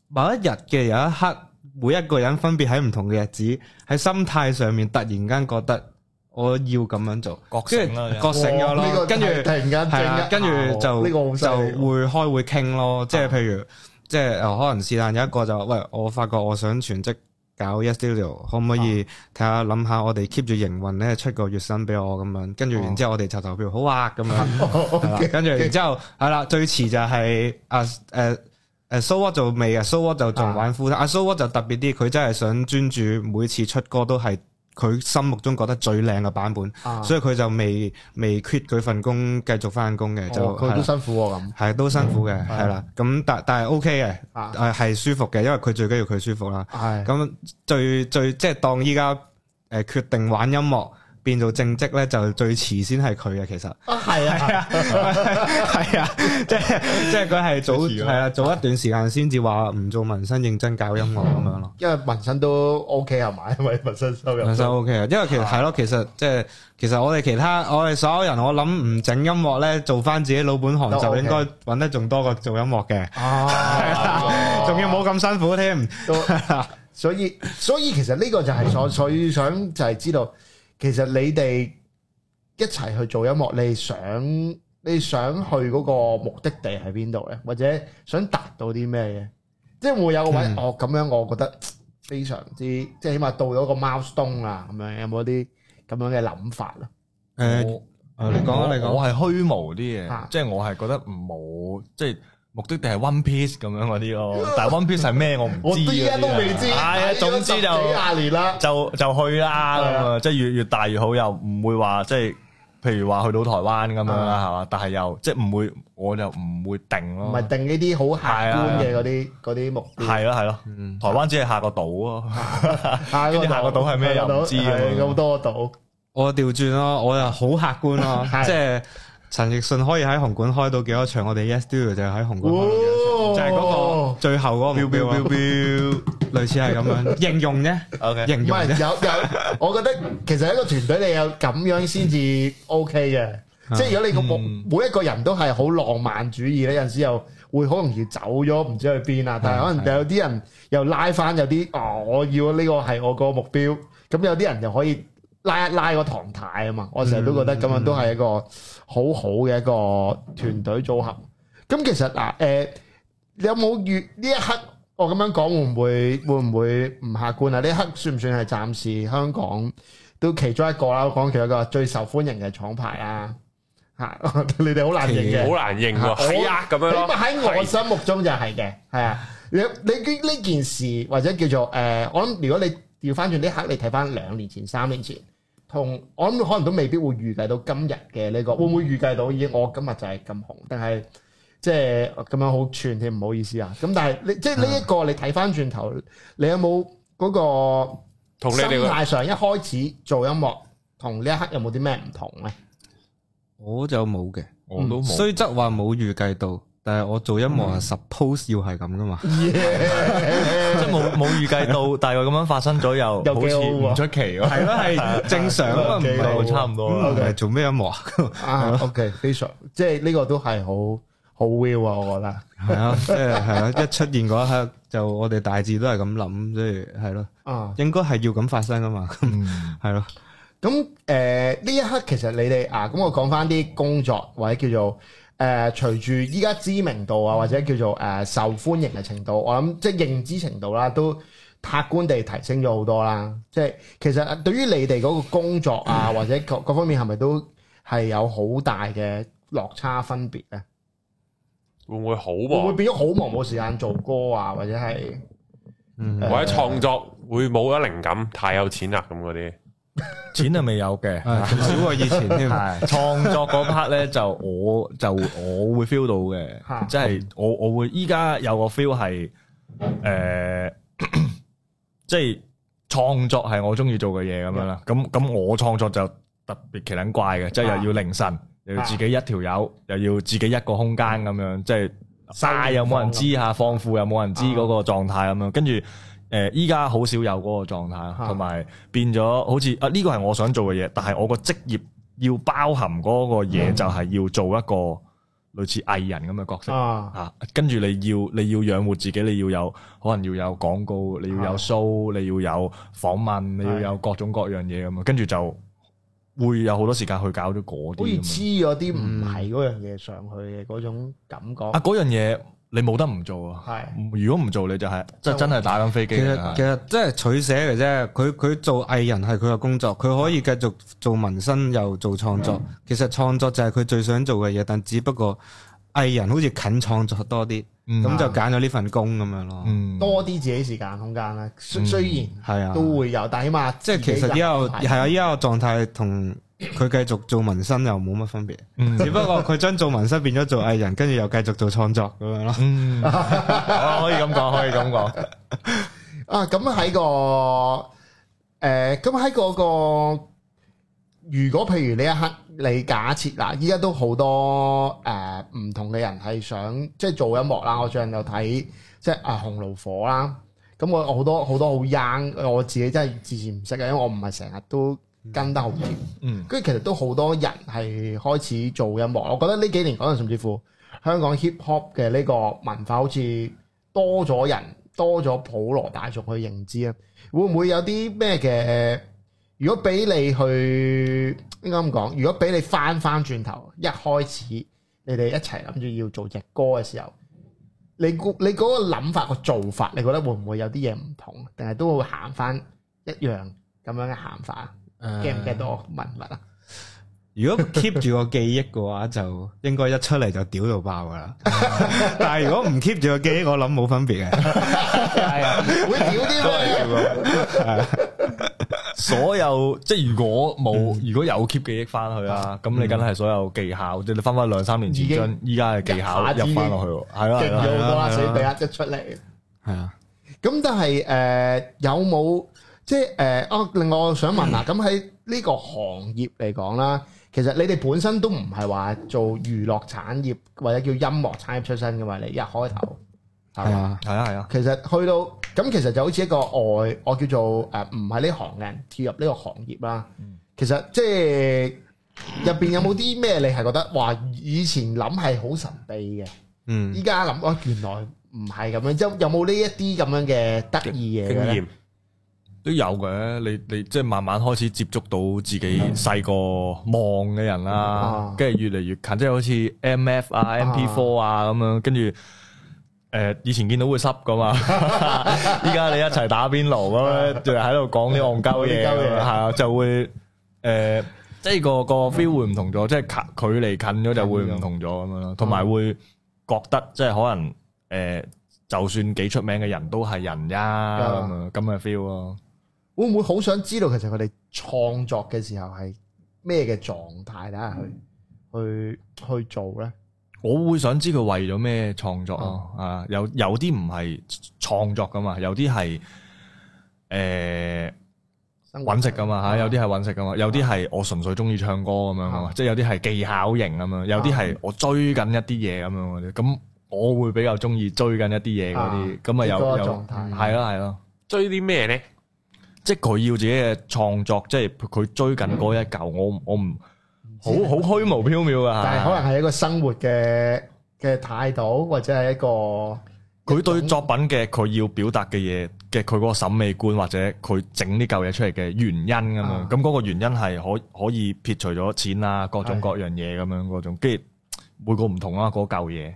Speaker 4: 某一日嘅有一刻，每一個人分別喺唔同嘅日子，喺心態上面突然間覺得我要咁樣做，
Speaker 3: 覺醒啦
Speaker 4: 跟住覺醒咗
Speaker 2: 哇呢
Speaker 4: 咯，
Speaker 2: 個
Speaker 4: 跟住
Speaker 2: 突然間
Speaker 4: 係啦，跟
Speaker 2: 整一下
Speaker 4: 住就
Speaker 2: 呢個好犀利
Speaker 4: 就會開會傾咯，即係譬如即係呃可能是但有一個就喂，我發覺我想全職搞 Yes Studio，可唔可
Speaker 2: 啊
Speaker 4: 以睇下諗下我哋 keep 住營運咧出個月薪俾我咁樣，跟
Speaker 2: 哦
Speaker 4: 住然之後我哋就投票好 啊咁樣， 係啦跟住然之後係啦，最遲就係啊誒。誒 So What 就未嘅，So 啊 What 就仲玩 full time，啊 So What 就特別啲，佢真係想專注每次出歌都係佢心目中覺得最靚嘅版本，
Speaker 2: 啊
Speaker 4: 所以佢就未未 quit 佢份工，繼續翻工嘅，就
Speaker 2: 哦佢
Speaker 4: 係
Speaker 2: 都
Speaker 4: 啦
Speaker 2: 辛苦喎咁。
Speaker 4: 係都辛苦嘅，係啦。咁但但係 OK 嘅，
Speaker 2: 啊
Speaker 4: 誒係舒服嘅，因為佢最緊要佢舒服啦。
Speaker 2: 係
Speaker 4: 咁最最即係當依家誒決定玩音樂變做正職咧，就最遲先係佢嘅其實。
Speaker 2: 啊，係啊，
Speaker 4: 係啊，即係即係佢係早
Speaker 3: 遲咗
Speaker 4: 係啊，早一段時間先至話唔做紋身，認真搞音樂咁樣咯。
Speaker 2: 因為紋身都 OK 係咪？因 為紋身收入都
Speaker 4: 其實 OK 啊，因為其實係咯，其實即係其實我哋其他我哋所有人，我諗唔整音樂咧，做翻自己老本行
Speaker 2: 都
Speaker 4: 就
Speaker 2: 哦 OK
Speaker 4: 應該揾得仲多過做音樂嘅，
Speaker 2: 啊，
Speaker 4: 仲要冇咁辛苦添。
Speaker 2: 都，所以所以其實呢個就係所所以想就係知道，其實你哋一齊去做音樂，你想你想去嗰個目的地喺邊度咧，或者想達到啲咩嘅？即係會有個位，
Speaker 4: 嗯
Speaker 2: 哦咁樣，我覺得非常之即係起碼到咗個 milestone 啦，咁樣有冇啲咁樣嘅諗法咧？哦
Speaker 4: 誒，啊你講啊，你講
Speaker 3: 我係虛無啲
Speaker 2: 啊
Speaker 3: 嘅，即係我係覺得冇，即係目的地係 One Piece 咁樣嗰啲咯。但係 One Piece 係咩我唔知啊。
Speaker 2: 我依家都未知，哎
Speaker 3: 係啊，總之
Speaker 2: 睇咗十
Speaker 3: 就
Speaker 2: 幾廿年啦，
Speaker 3: 就就去啦
Speaker 2: 係
Speaker 3: 咁
Speaker 2: 啊
Speaker 3: 啊！即係越越大越好，又唔會話即係，譬如話去到台灣咁樣啦，係嘛？但係又即係唔會，我就唔會定
Speaker 2: 唔
Speaker 3: 咯。
Speaker 2: 係定呢啲好客觀嘅嗰啲嗰啲目標。
Speaker 3: 係咯係咯，台灣只係下個島咯。
Speaker 2: 下
Speaker 3: 跟住下個島係咩又唔知咁啊樣
Speaker 2: 係好多島。
Speaker 4: 我調轉咯，我又好客觀咯
Speaker 2: 係，
Speaker 4: 即係陳奕迅可以喺紅館開到幾多場，我哋 Yes Studio 就喺紅館開到幾多場。就係嗰個最後嗰個目標啊，類似係咁樣形容啫，
Speaker 3: OK，
Speaker 4: 形
Speaker 2: 唔
Speaker 4: 容
Speaker 2: 係
Speaker 4: 啫，
Speaker 2: 有有，我覺得其實一個團隊你有咁樣先至 OK 嘅，
Speaker 3: 啊
Speaker 2: 即係如
Speaker 3: 嗯
Speaker 2: 果你個目每一個人都係好浪漫主義咧，有陣時又會好容易走咗唔知去邊啊。但係可能有啲人又拉翻有啲哦，我要呢個係我個目標，咁有啲人就可以拉一拉個唐太啊嘛。我成日都覺得咁樣都係一個好好嘅一個團隊組合。咁其實嗱，誒、你有冇遇呢一刻？我咁樣講會唔會會唔會唔客觀啊？呢一刻算唔算係暫時香港都其中一個啦？我講其中一個最受歡迎嘅廠牌啦，嚇你哋好難認 嘅，
Speaker 1: 好難認喎，係啊咁樣
Speaker 2: 起
Speaker 1: 咯
Speaker 2: 碼，喺我心目中就係嘅，係啊。你你呢呢件事或者叫做誒、呃我諗如果你調翻轉呢刻，你睇翻兩年前、三年前，同我諗可能都未必會預計到今日嘅呢個，
Speaker 1: 嗯
Speaker 2: 會唔會預計到咦？我今日就係咁紅，定係即係呃咁樣好串添？唔好意思啊。咁但係你即係呢一
Speaker 1: 嗯
Speaker 2: 個，你睇翻轉頭，你有冇嗰個
Speaker 1: 同你
Speaker 2: 心
Speaker 1: 哋個
Speaker 2: 態上一開始做音樂，同呢一刻有冇啲咩唔同咧？
Speaker 4: 我就冇嘅。
Speaker 3: 我都冇。
Speaker 4: 雖則話冇預計到，但係我做音樂係 suppose 要係咁噶嘛。
Speaker 3: 即係冇冇預計到，但係咁樣發生咗又
Speaker 2: 又
Speaker 3: 好
Speaker 2: 幾
Speaker 3: 似
Speaker 2: 好喎
Speaker 3: 唔出奇喎。
Speaker 4: 係 咯，係正常啊嘛，唔
Speaker 2: 幾好
Speaker 4: 係
Speaker 3: 係差唔多啦
Speaker 4: 唔。係做咩音樂啊？
Speaker 2: 啊，OK，非常，即係呢個都係好好 will 啊，我覺得。
Speaker 4: 係啊，即係係啊，一出現嗰一刻就我哋大致都係咁諗，即係係咯，
Speaker 2: 啊，
Speaker 4: 應該係要咁發生噶嘛，係咯。
Speaker 2: 咁誒呢一刻其實你哋啊，咁我講翻啲工作或者叫做誒、呃，隨住依家知名度啊，或者叫做誒、呃受歡迎嘅程度，我諗即係認知程度啦，都客觀地提升咗好多啦。即係其實啊對於你哋嗰個工作啊，或者各各方面係咪都係有好大嘅落差分別咧？
Speaker 1: 會唔會好
Speaker 2: 會唔會
Speaker 1: 忙，
Speaker 2: 變咗好忙冇時間做歌啊，或者係？
Speaker 4: 嗯
Speaker 2: 誒
Speaker 1: 或者創作會冇咗靈感，太有錢啦咁嗰啲。
Speaker 3: 錢係未有嘅。
Speaker 4: 係仲少過以前 添。
Speaker 3: 係創作嗰 part 咧，就我就我會 feel 到
Speaker 2: 嚇
Speaker 3: 嘅，即係我我會依家有個 feel 係誒，即係創作啊係我中意做嘅嘢咁樣啦。咁咁我創作就特別奇撚怪嘅，即係又要凌晨又要自己一條友，又要自己一個空間咁樣，即係晒又冇人知下，放啊褲又冇人知嗰個狀態咁樣，跟住。誒依家好少有嗰個狀態，
Speaker 2: 啊
Speaker 3: 同埋變咗好似啊呢個係我想做嘅嘢，但係我個職業要包含嗰個嘢，就係要做一個類似藝人咁嘅角色。
Speaker 2: 啊，
Speaker 3: 啊，跟住你要你要養活自己，你要有可能要有廣告，你要有 show，你要有訪問，你要有各種各樣嘢咁啊，跟住就會有好多時間去搞咗
Speaker 4: 啊
Speaker 3: 嗰
Speaker 2: 好似
Speaker 3: 啲咁樣。
Speaker 2: 黐咗啲唔係嗰樣嘢上去嘅嗰種感覺
Speaker 3: 啊，，嗰樣嘢你冇得唔做啊！
Speaker 2: 係
Speaker 3: 如果唔做你就係即係真係打緊飛機
Speaker 4: 其
Speaker 3: 㗎
Speaker 4: 實
Speaker 3: 係
Speaker 4: 其實真係取捨嘅啫，佢佢做藝人係佢嘅工作，佢可以繼續做紋身又做創作。其實創作就係佢最想做嘅嘢，但只不過藝人好似近創作多啲，
Speaker 3: 嗯
Speaker 4: 咁就揀咗呢份工咁樣咯。
Speaker 3: 嗯
Speaker 2: 多啲自己時間空間啦。雖雖然
Speaker 4: 係啊，
Speaker 2: 都會有，但起碼
Speaker 4: 即係其實依家我係啊，依家個狀態同佢繼續做紋身又冇乜分別，
Speaker 3: 嗯
Speaker 4: 只不過佢將做紋身變咗做藝人，跟住又繼續做創作咁樣咯。
Speaker 3: 嗯， 啊可以咁講，可以咁講。
Speaker 2: 啊，咁喺個誒，咁喺嗰個，如果譬如呢一刻，你假設嗱，依家都好多誒唔同嘅人係想即係做音樂啦。我最近有睇即係啊紅爐火啦，咁我我好多好多好 young，我自己真係之前唔識嘅，因為我唔係成日都跟得好緊。
Speaker 3: 嗯
Speaker 2: 跟住其實都好多人係開始做音樂，我覺得呢幾年可能甚至乎香港 hip hop 嘅呢個文化好似多咗人，多咗普羅大眾去認知啊。會唔會有啲咩嘅？呃如果俾你去應該咁講，如果俾你翻翻轉頭，一開始你哋一齊諗住要做只歌嘅時候，你估你嗰個諗法個做法，你覺得會唔會有啲嘢唔同，定係都會行翻一樣咁樣嘅行法？
Speaker 4: 誒
Speaker 2: get 唔 get 到我問乜啊？
Speaker 4: 如果 keep 住個記憶嘅話，就應該一出嚟就屌到爆噶啦。 但係如果唔 keep 住個記憶，我諗冇分別嘅。
Speaker 2: 係啊， 會屌啲咩？
Speaker 3: 所有即係如果冇，
Speaker 2: 嗯
Speaker 3: 如果有 keep 記憶翻去啦，咁你梗係所有技巧，即係你翻翻兩三年前
Speaker 2: 已經
Speaker 3: 將依家嘅技巧
Speaker 2: 一下子
Speaker 3: 入翻落去喎，係啦係
Speaker 2: 勁咗
Speaker 3: 啦，
Speaker 2: 好
Speaker 3: 係啦
Speaker 2: 多啦，
Speaker 4: 係啊
Speaker 2: 所以俾一出嚟。
Speaker 4: 係啊，
Speaker 2: 咁但係誒、呃有冇即係誒哦？另外我想問啊，咁喺呢個行業嚟講啦，其實你哋本身都唔係話做娛樂產業或者叫音樂產業出身嘅嘛，你一開頭
Speaker 4: 係啊，
Speaker 3: 係啊係啊，
Speaker 2: 其實去到咁，其實就好似一個外，我叫做誒唔係呢行嘅人跳入呢個行業啦。
Speaker 3: 嗯
Speaker 2: 其實即係入邊有冇啲咩你係覺得哇？以前諗係好神秘嘅，
Speaker 4: 嗯，
Speaker 2: 依家諗哦，原來唔係咁樣。有有冇呢一啲咁樣嘅得意嘢
Speaker 1: 經
Speaker 2: 嘅咧？
Speaker 1: 驗
Speaker 3: 都有嘅。你你即係慢慢開始接觸到自己細個望嘅人啦
Speaker 2: 啊，
Speaker 3: 跟住越嚟越近，即係好似 M F 啊、M P Four 啊咁樣，跟住。誒以前見到會濕噶 嘛，依家你一齊打邊爐咁樣，就喺度講啲戇鳩嘢咁樣，係啊，就會誒、即係個個 feel 會唔同咗，即係距距離近咗就會唔同咗咁樣咯，同埋會覺得即係可能誒、呃就算幾出名嘅人都係人呀咁樣咁嘅 feel 咯。
Speaker 2: 會唔會好想知道其實佢哋創作嘅時候係咩嘅狀態咧？去去去做咧？
Speaker 3: 我會想知佢為咗咩創作咯，
Speaker 2: 哦
Speaker 3: 啊，有有啲唔係創作噶嘛，有啲係誒。
Speaker 2: 生活
Speaker 3: 揾食噶嘛嚇，有啲係揾食噶嘛，有啲係我純粹中意唱歌咁樣啊嘛
Speaker 2: 啊，
Speaker 3: 即係有啲係技巧型咁樣，有啲係我追緊一啲嘢咁樣嗰啲，咁我會比較中意追緊一啲嘢嗰啲，
Speaker 2: 啊
Speaker 3: 咁啊有
Speaker 2: 即係嗰個
Speaker 3: 有
Speaker 2: 狀態
Speaker 3: 係啦係啦，
Speaker 1: 追啲咩咧？
Speaker 3: 即係佢要自己嘅創作，即係佢追緊嗰一嚿，我唔我唔好好虛無縹緲啊噶
Speaker 2: 但係可能係一個生活嘅嘅態度，或者係一個。
Speaker 3: 佢對作品嘅佢要表達嘅嘢嘅佢嗰個審美觀或者佢整呢嚿嘢出嚟嘅原因咁樣，
Speaker 2: 啊
Speaker 3: 咁嗰、個原因係可可以撇除咗錢啊，各種
Speaker 2: 係
Speaker 3: 各樣嘢咁樣嗰種，跟住每個唔同啦啊嗰嚿嘢。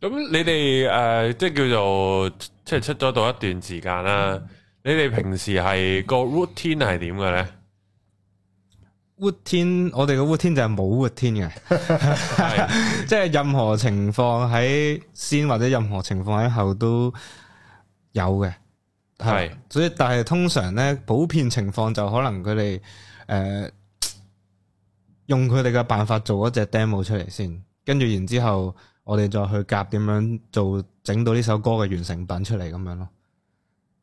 Speaker 1: 咁你哋诶、呃即系叫做即系出咗到一段時間啦。你哋平時係個 routine 係點 嘅咧？
Speaker 4: 活天，我哋嘅活天就係冇活天嘅。
Speaker 1: 係
Speaker 4: 即係任何情況喺先或者任何情況喺後都有嘅，
Speaker 1: 係
Speaker 4: 所以但係通常咧，普遍情況就可能佢哋誒用佢哋嘅辦法做嗰只 demo 出嚟先，跟住然之後我哋再去夾點樣做整到呢首歌嘅完成品出嚟咁樣咯。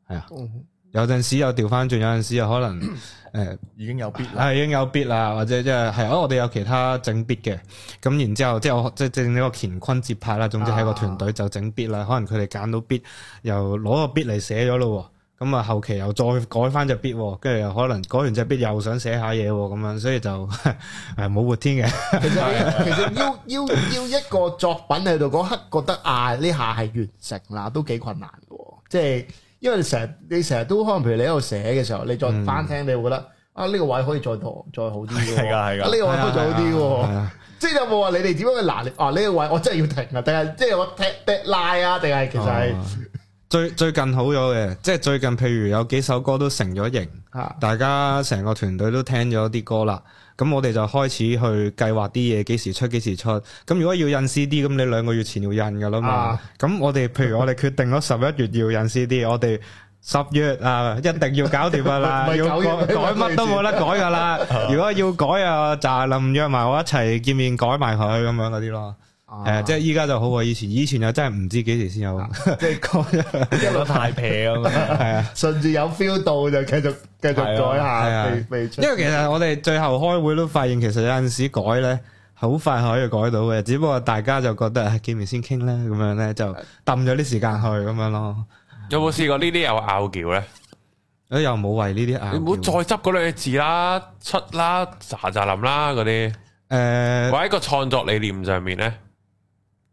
Speaker 4: 係啊，
Speaker 2: 嗯
Speaker 4: 有陣時又調翻轉，有陣時又可能呃誒
Speaker 3: 已經有必啦。
Speaker 4: 啊係已經有 bit 啦，或者即係係哦，我哋有其他整 bit 嘅，咁然之後即係我即係整呢個乾坤節拍啦，總之喺個團隊就整 bit 啦，可能佢哋揀到 bit，又攞個 bit 嚟寫咗咯喎，咁啊後期又再改翻只 bit，喎跟住又可能改完只 bit 又想寫下嘢喎，咁樣所以就誒冇活天嘅，
Speaker 2: 其實其實要要要一個作品喺度嗰刻覺得啊呢下係完成啦，都幾困難嘅喎。即係因為你成日你成日都可能譬如你喺度寫嘅時候，你再翻聽，你會覺得啊呢個位可以再多再好啲嘅喎，
Speaker 3: 係㗎係㗎
Speaker 2: 啊呢個位可以再好啲嘅
Speaker 4: 係
Speaker 2: 喎。
Speaker 4: 啊
Speaker 2: 即係有冇話你哋點樣去拿捏啊呢個位我真係要停啊，定係即係我踢踢拉啊，定係其實係
Speaker 4: 哦最最近好咗嘅，即係最近譬如有幾首歌都成咗型。
Speaker 2: 啊
Speaker 4: 大家成個團隊都聽咗啲歌啦，咁我哋就開始去計劃啲嘢幾時出幾時出。咁如果要印 CD，咁你兩個月前要印噶啦嘛
Speaker 2: 啊。
Speaker 4: 咁、我哋譬如我哋決定咗十一月要印 CD，我哋十月啊一定要搞掂噶 啦，
Speaker 2: 唔係
Speaker 4: 要
Speaker 2: 九月
Speaker 4: 改
Speaker 2: 咩
Speaker 4: 改乜都冇得改 噶啦。如果要改啊，就林約埋我一齊見面改埋佢咁樣嗰啲咯。係啊，即係依家就好過以前，以前又真係唔知幾時先有。
Speaker 2: 即係講
Speaker 3: 一路太撇咁樣，
Speaker 4: 係啊。
Speaker 2: 順住有 feel 到就繼續繼續改
Speaker 4: 係
Speaker 2: 下，
Speaker 4: 啊
Speaker 2: 未未出
Speaker 4: 因為其實我哋最後開會都發現，其實有陣時改咧，好快可以改到嘅，只不過大家就覺得唉見面先傾啦，咁樣咧就抌咗啲時間去咁樣咯。
Speaker 1: 有冇試過呢啲有拗撬咧？
Speaker 4: 誒又冇為呢啲拗撬
Speaker 1: 你唔好再執嗰兩隻字啦、出啦、喳喳林啦嗰啲，
Speaker 4: 誒
Speaker 1: 或者喺個創作理念上面咧，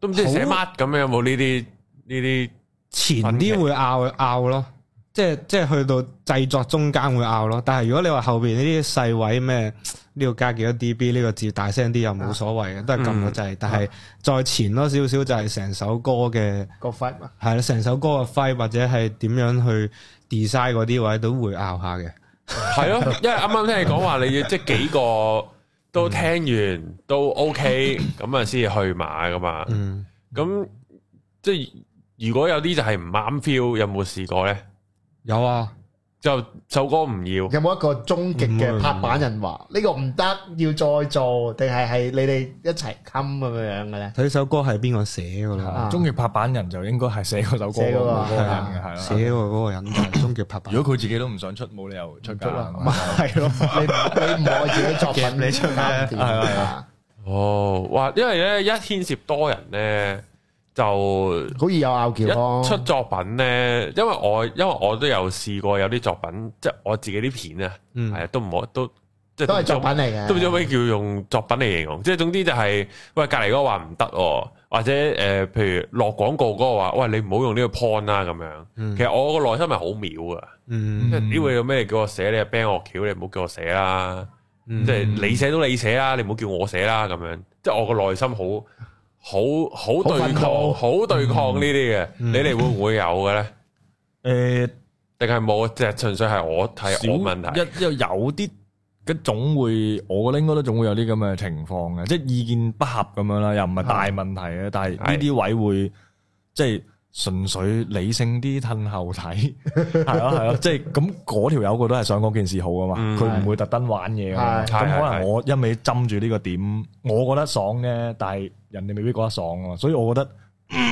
Speaker 1: 都唔知寫乜咁樣，有冇呢啲呢啲？
Speaker 4: 前啲會拗拗咯，即係即係去到製作中間會拗咯。但係如果你話後邊呢啲細位咩呢度加幾多 dB 呢個字大聲啲又冇所謂嘅，都係撳個
Speaker 1: 嗯
Speaker 4: 掣。但係再前多少少就係成首歌嘅。
Speaker 2: 個 f i g 嘛。
Speaker 4: 係啦，成首歌嘅揮或者係點樣去 design 嗰啲位都會拗下嘅。
Speaker 1: 係咯，因為啱啱聽你講話，你要即係幾個都聽完都 OK，咁啊先至去買噶嘛。
Speaker 4: 嗯，
Speaker 1: 咁即係如果有啲就係唔啱 feel，有冇試過咧？
Speaker 4: 有啊，
Speaker 1: 就首歌唔要，
Speaker 2: 有冇一個終極嘅拍板人話呢個唔得，要再做，定係係你哋一齊襟咁樣樣嘅咧？
Speaker 4: 睇首歌係邊個寫噶啦，
Speaker 2: 啊
Speaker 3: 中意拍板人就應該係寫嗰首歌
Speaker 2: 寫嗰個
Speaker 3: 嗰個
Speaker 2: 係
Speaker 3: 人
Speaker 2: 啊
Speaker 3: 嘅，係啦。
Speaker 4: 寫過嗰個人就係終極拍板。
Speaker 3: 如果佢自己都唔想出，冇理由出㗎啦。
Speaker 2: 咪啊係咯，你你唔愛自己作品，
Speaker 4: 夾你出咩
Speaker 2: 啱唔啱
Speaker 3: 係
Speaker 2: 啊
Speaker 1: 哦，哇！因為咧一牽涉多人咧，就
Speaker 2: 好易有拗撬
Speaker 1: 一
Speaker 2: 咯。
Speaker 1: 出作品咧，因為我因為我都有試過有啲作品，即係我自己啲片啊，
Speaker 4: 嗯
Speaker 1: 係啊，都唔好都即係
Speaker 2: 都係
Speaker 1: 唔知
Speaker 2: 作品嚟嘅
Speaker 1: 都唔知可唔可以叫用作品嚟形容，即係總之就係、喂隔離嗰個話唔得喎，或者誒、呃譬如落廣告嗰個話，喂你唔好用呢個 point 啦咁樣。
Speaker 4: 嗯
Speaker 1: 其實我個內心係好秒噶，
Speaker 4: 嗯
Speaker 1: 即係屌你有咩叫我寫，你係 ban 我橋，你唔好叫我寫啦。
Speaker 4: 嗯
Speaker 1: 即係你寫都你寫啦，你唔好叫我寫啦咁樣。即係我個內心好好好對
Speaker 2: 好憤怒
Speaker 1: 抗，好對抗呢啲嘅。
Speaker 3: 嗯
Speaker 1: 你哋會唔會有嘅咧？
Speaker 3: 誒，
Speaker 1: 定係冇？即係純粹係我係我問題。
Speaker 3: 一一有啲嘅總會，我覺得應該都總會有啲咁嘅情況嘅，即係意見不合咁樣啦，又唔係大問題嘅，但係呢啲位會即係純粹理性啲褪 後睇，係咯係咯，即係咁嗰條友佢都係想嗰件事好啊噶嘛，
Speaker 1: 嗯
Speaker 3: 佢唔會特登玩嘢㗎嘛，
Speaker 2: 係
Speaker 3: 咁
Speaker 1: 係
Speaker 3: 可
Speaker 1: 係
Speaker 3: 能我一味針住呢個點，我覺得爽嘅，但係人哋未必覺得爽啊嘛，所以我覺得。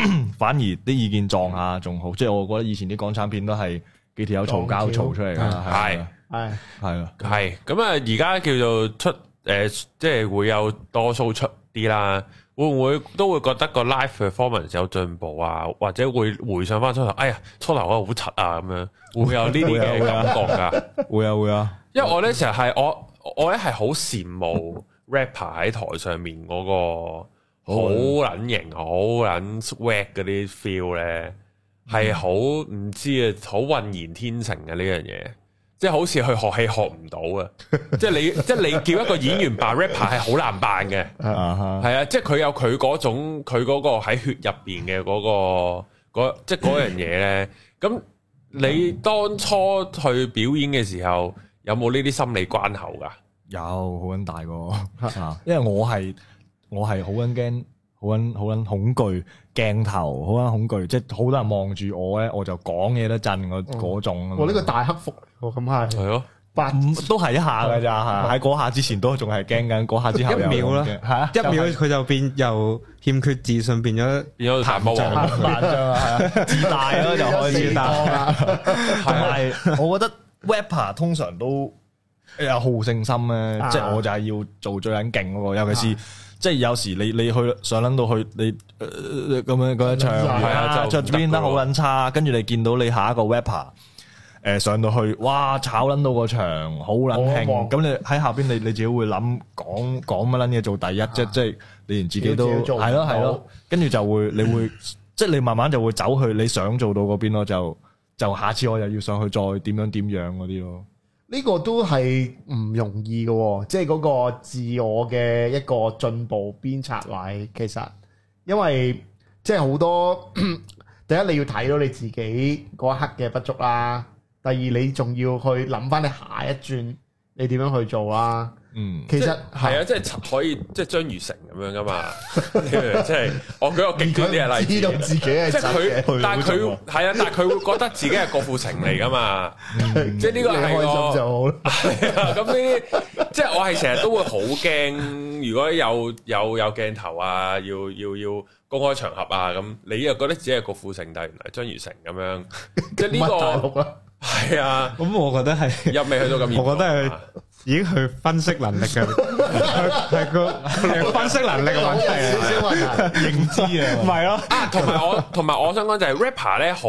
Speaker 3: 反而啲意見撞下仲好，即係我覺得以前啲港產片都係幾條友嘈交嘈出嚟㗎啦，係啊
Speaker 1: 係
Speaker 2: 係
Speaker 3: 係啊，
Speaker 1: 係咁啊！而家叫做出誒、呃即係會有多數出啲啦。會唔會都會覺得個 live performance 有進步啊？或者會回想翻初頭，哎呀，初頭我好柒啊咁樣，會唔會有呢啲
Speaker 3: 會啊
Speaker 1: 嘅
Speaker 3: 會啊
Speaker 1: 感覺㗎？
Speaker 3: 會啊會啊，
Speaker 1: 因為我咧成日係我我咧係好羨慕 rapper 喺台上面嗰個好撚型、好撚 swag 嗰啲 feel 咧，係好唔知啊，好渾然天成嘅呢樣嘢，即係好似去學戲學唔到啊！即係你即係你叫一個演員扮 rapper 係好難扮嘅，
Speaker 3: 啊哈
Speaker 1: 係啊，即係佢有佢嗰種佢嗰個喺血入邊嘅嗰個嗰即係嗰樣嘢咧。咁你當初去表演嘅時候，有冇呢啲心理關口噶？
Speaker 3: 有好撚大個，啊因為我係我係好撚驚，好撚好撚恐懼鏡頭，好撚恐懼，即係好多人望住我咧，我就講嘢都震嗰嗰種啊嘛。
Speaker 2: 我呢個大克服，我咁係
Speaker 1: 係咯，
Speaker 2: 八
Speaker 3: 唔都係一下㗎咋，係喺嗰下之前都仲係驚緊，嗰下之後
Speaker 4: 一秒啦
Speaker 3: 哦啦
Speaker 4: 一秒佢就變由欠缺自信變咗
Speaker 1: 變咗大魔王。
Speaker 3: 萬張啊，係啊自大咯就開始大。同埋我覺得 rapper 通常都有好勝心咧
Speaker 2: 啊，
Speaker 3: 即係我就係要做最撚勁嗰個，尤其是。即係有時你你去上撚到去你呃咁樣嗰一唱，
Speaker 2: 係啊
Speaker 1: 係
Speaker 3: 啊
Speaker 1: 啊就
Speaker 3: 就
Speaker 1: 唔得
Speaker 3: 變得
Speaker 1: 㗎喎
Speaker 3: 好撚差，跟住你見到你下一個 rapper 誒上到去，哇炒撚到個場，好撚興
Speaker 2: 好啊，
Speaker 3: 咁你喺下邊你你自己會諗講講乜撚嘢做第一啫，即係你連自己都
Speaker 2: 你要自己做唔到
Speaker 3: 係咯係咯，跟住就會你會即係你慢慢就會走去你想做到嗰邊咯，就就下次我又要上去再點樣點樣嗰啲咯，
Speaker 2: 呢個都係唔容易嘅喎，即係嗰個自我嘅一個進步鞭策位，其實因為即係好多 第一你要睇到你自己嗰一刻嘅不足啦，第二你仲要去諗翻你下一轉你點樣去做啦。
Speaker 3: 嗯，
Speaker 2: 其實
Speaker 1: 係啊，即係可以即係張如成咁樣噶嘛，你明唔明即係我舉個極端啲嘅例
Speaker 2: 知
Speaker 1: 子
Speaker 2: 道。自己係
Speaker 1: 即係
Speaker 2: 真嘅
Speaker 1: 佢，但係佢係啊，但係佢會覺得自己係郭富城嚟噶嘛，即係呢個
Speaker 2: 嗯你
Speaker 1: 係
Speaker 2: 開心
Speaker 1: 個
Speaker 2: 就好啦。
Speaker 1: 係啊咁呢啲，即係我係成日都會好驚，如果有有有鏡頭啊，要要要公開場合啊，咁你又覺得自己係郭富城，但係原來係張如成咁 樣，即係
Speaker 2: 乜大
Speaker 1: 呢
Speaker 2: 陸啦，
Speaker 1: 個係啊，
Speaker 4: 咁，我覺得係
Speaker 1: 又未去到咁嚴重啊，
Speaker 4: 我覺得係 已經去分析能力嘅， 係個係分析能力嘅問題
Speaker 2: 有
Speaker 4: 嚟
Speaker 2: 少少問題。
Speaker 3: 認知啊
Speaker 4: 唔係咯，
Speaker 1: 啊，同埋我同埋我想講就係 rapper 咧，好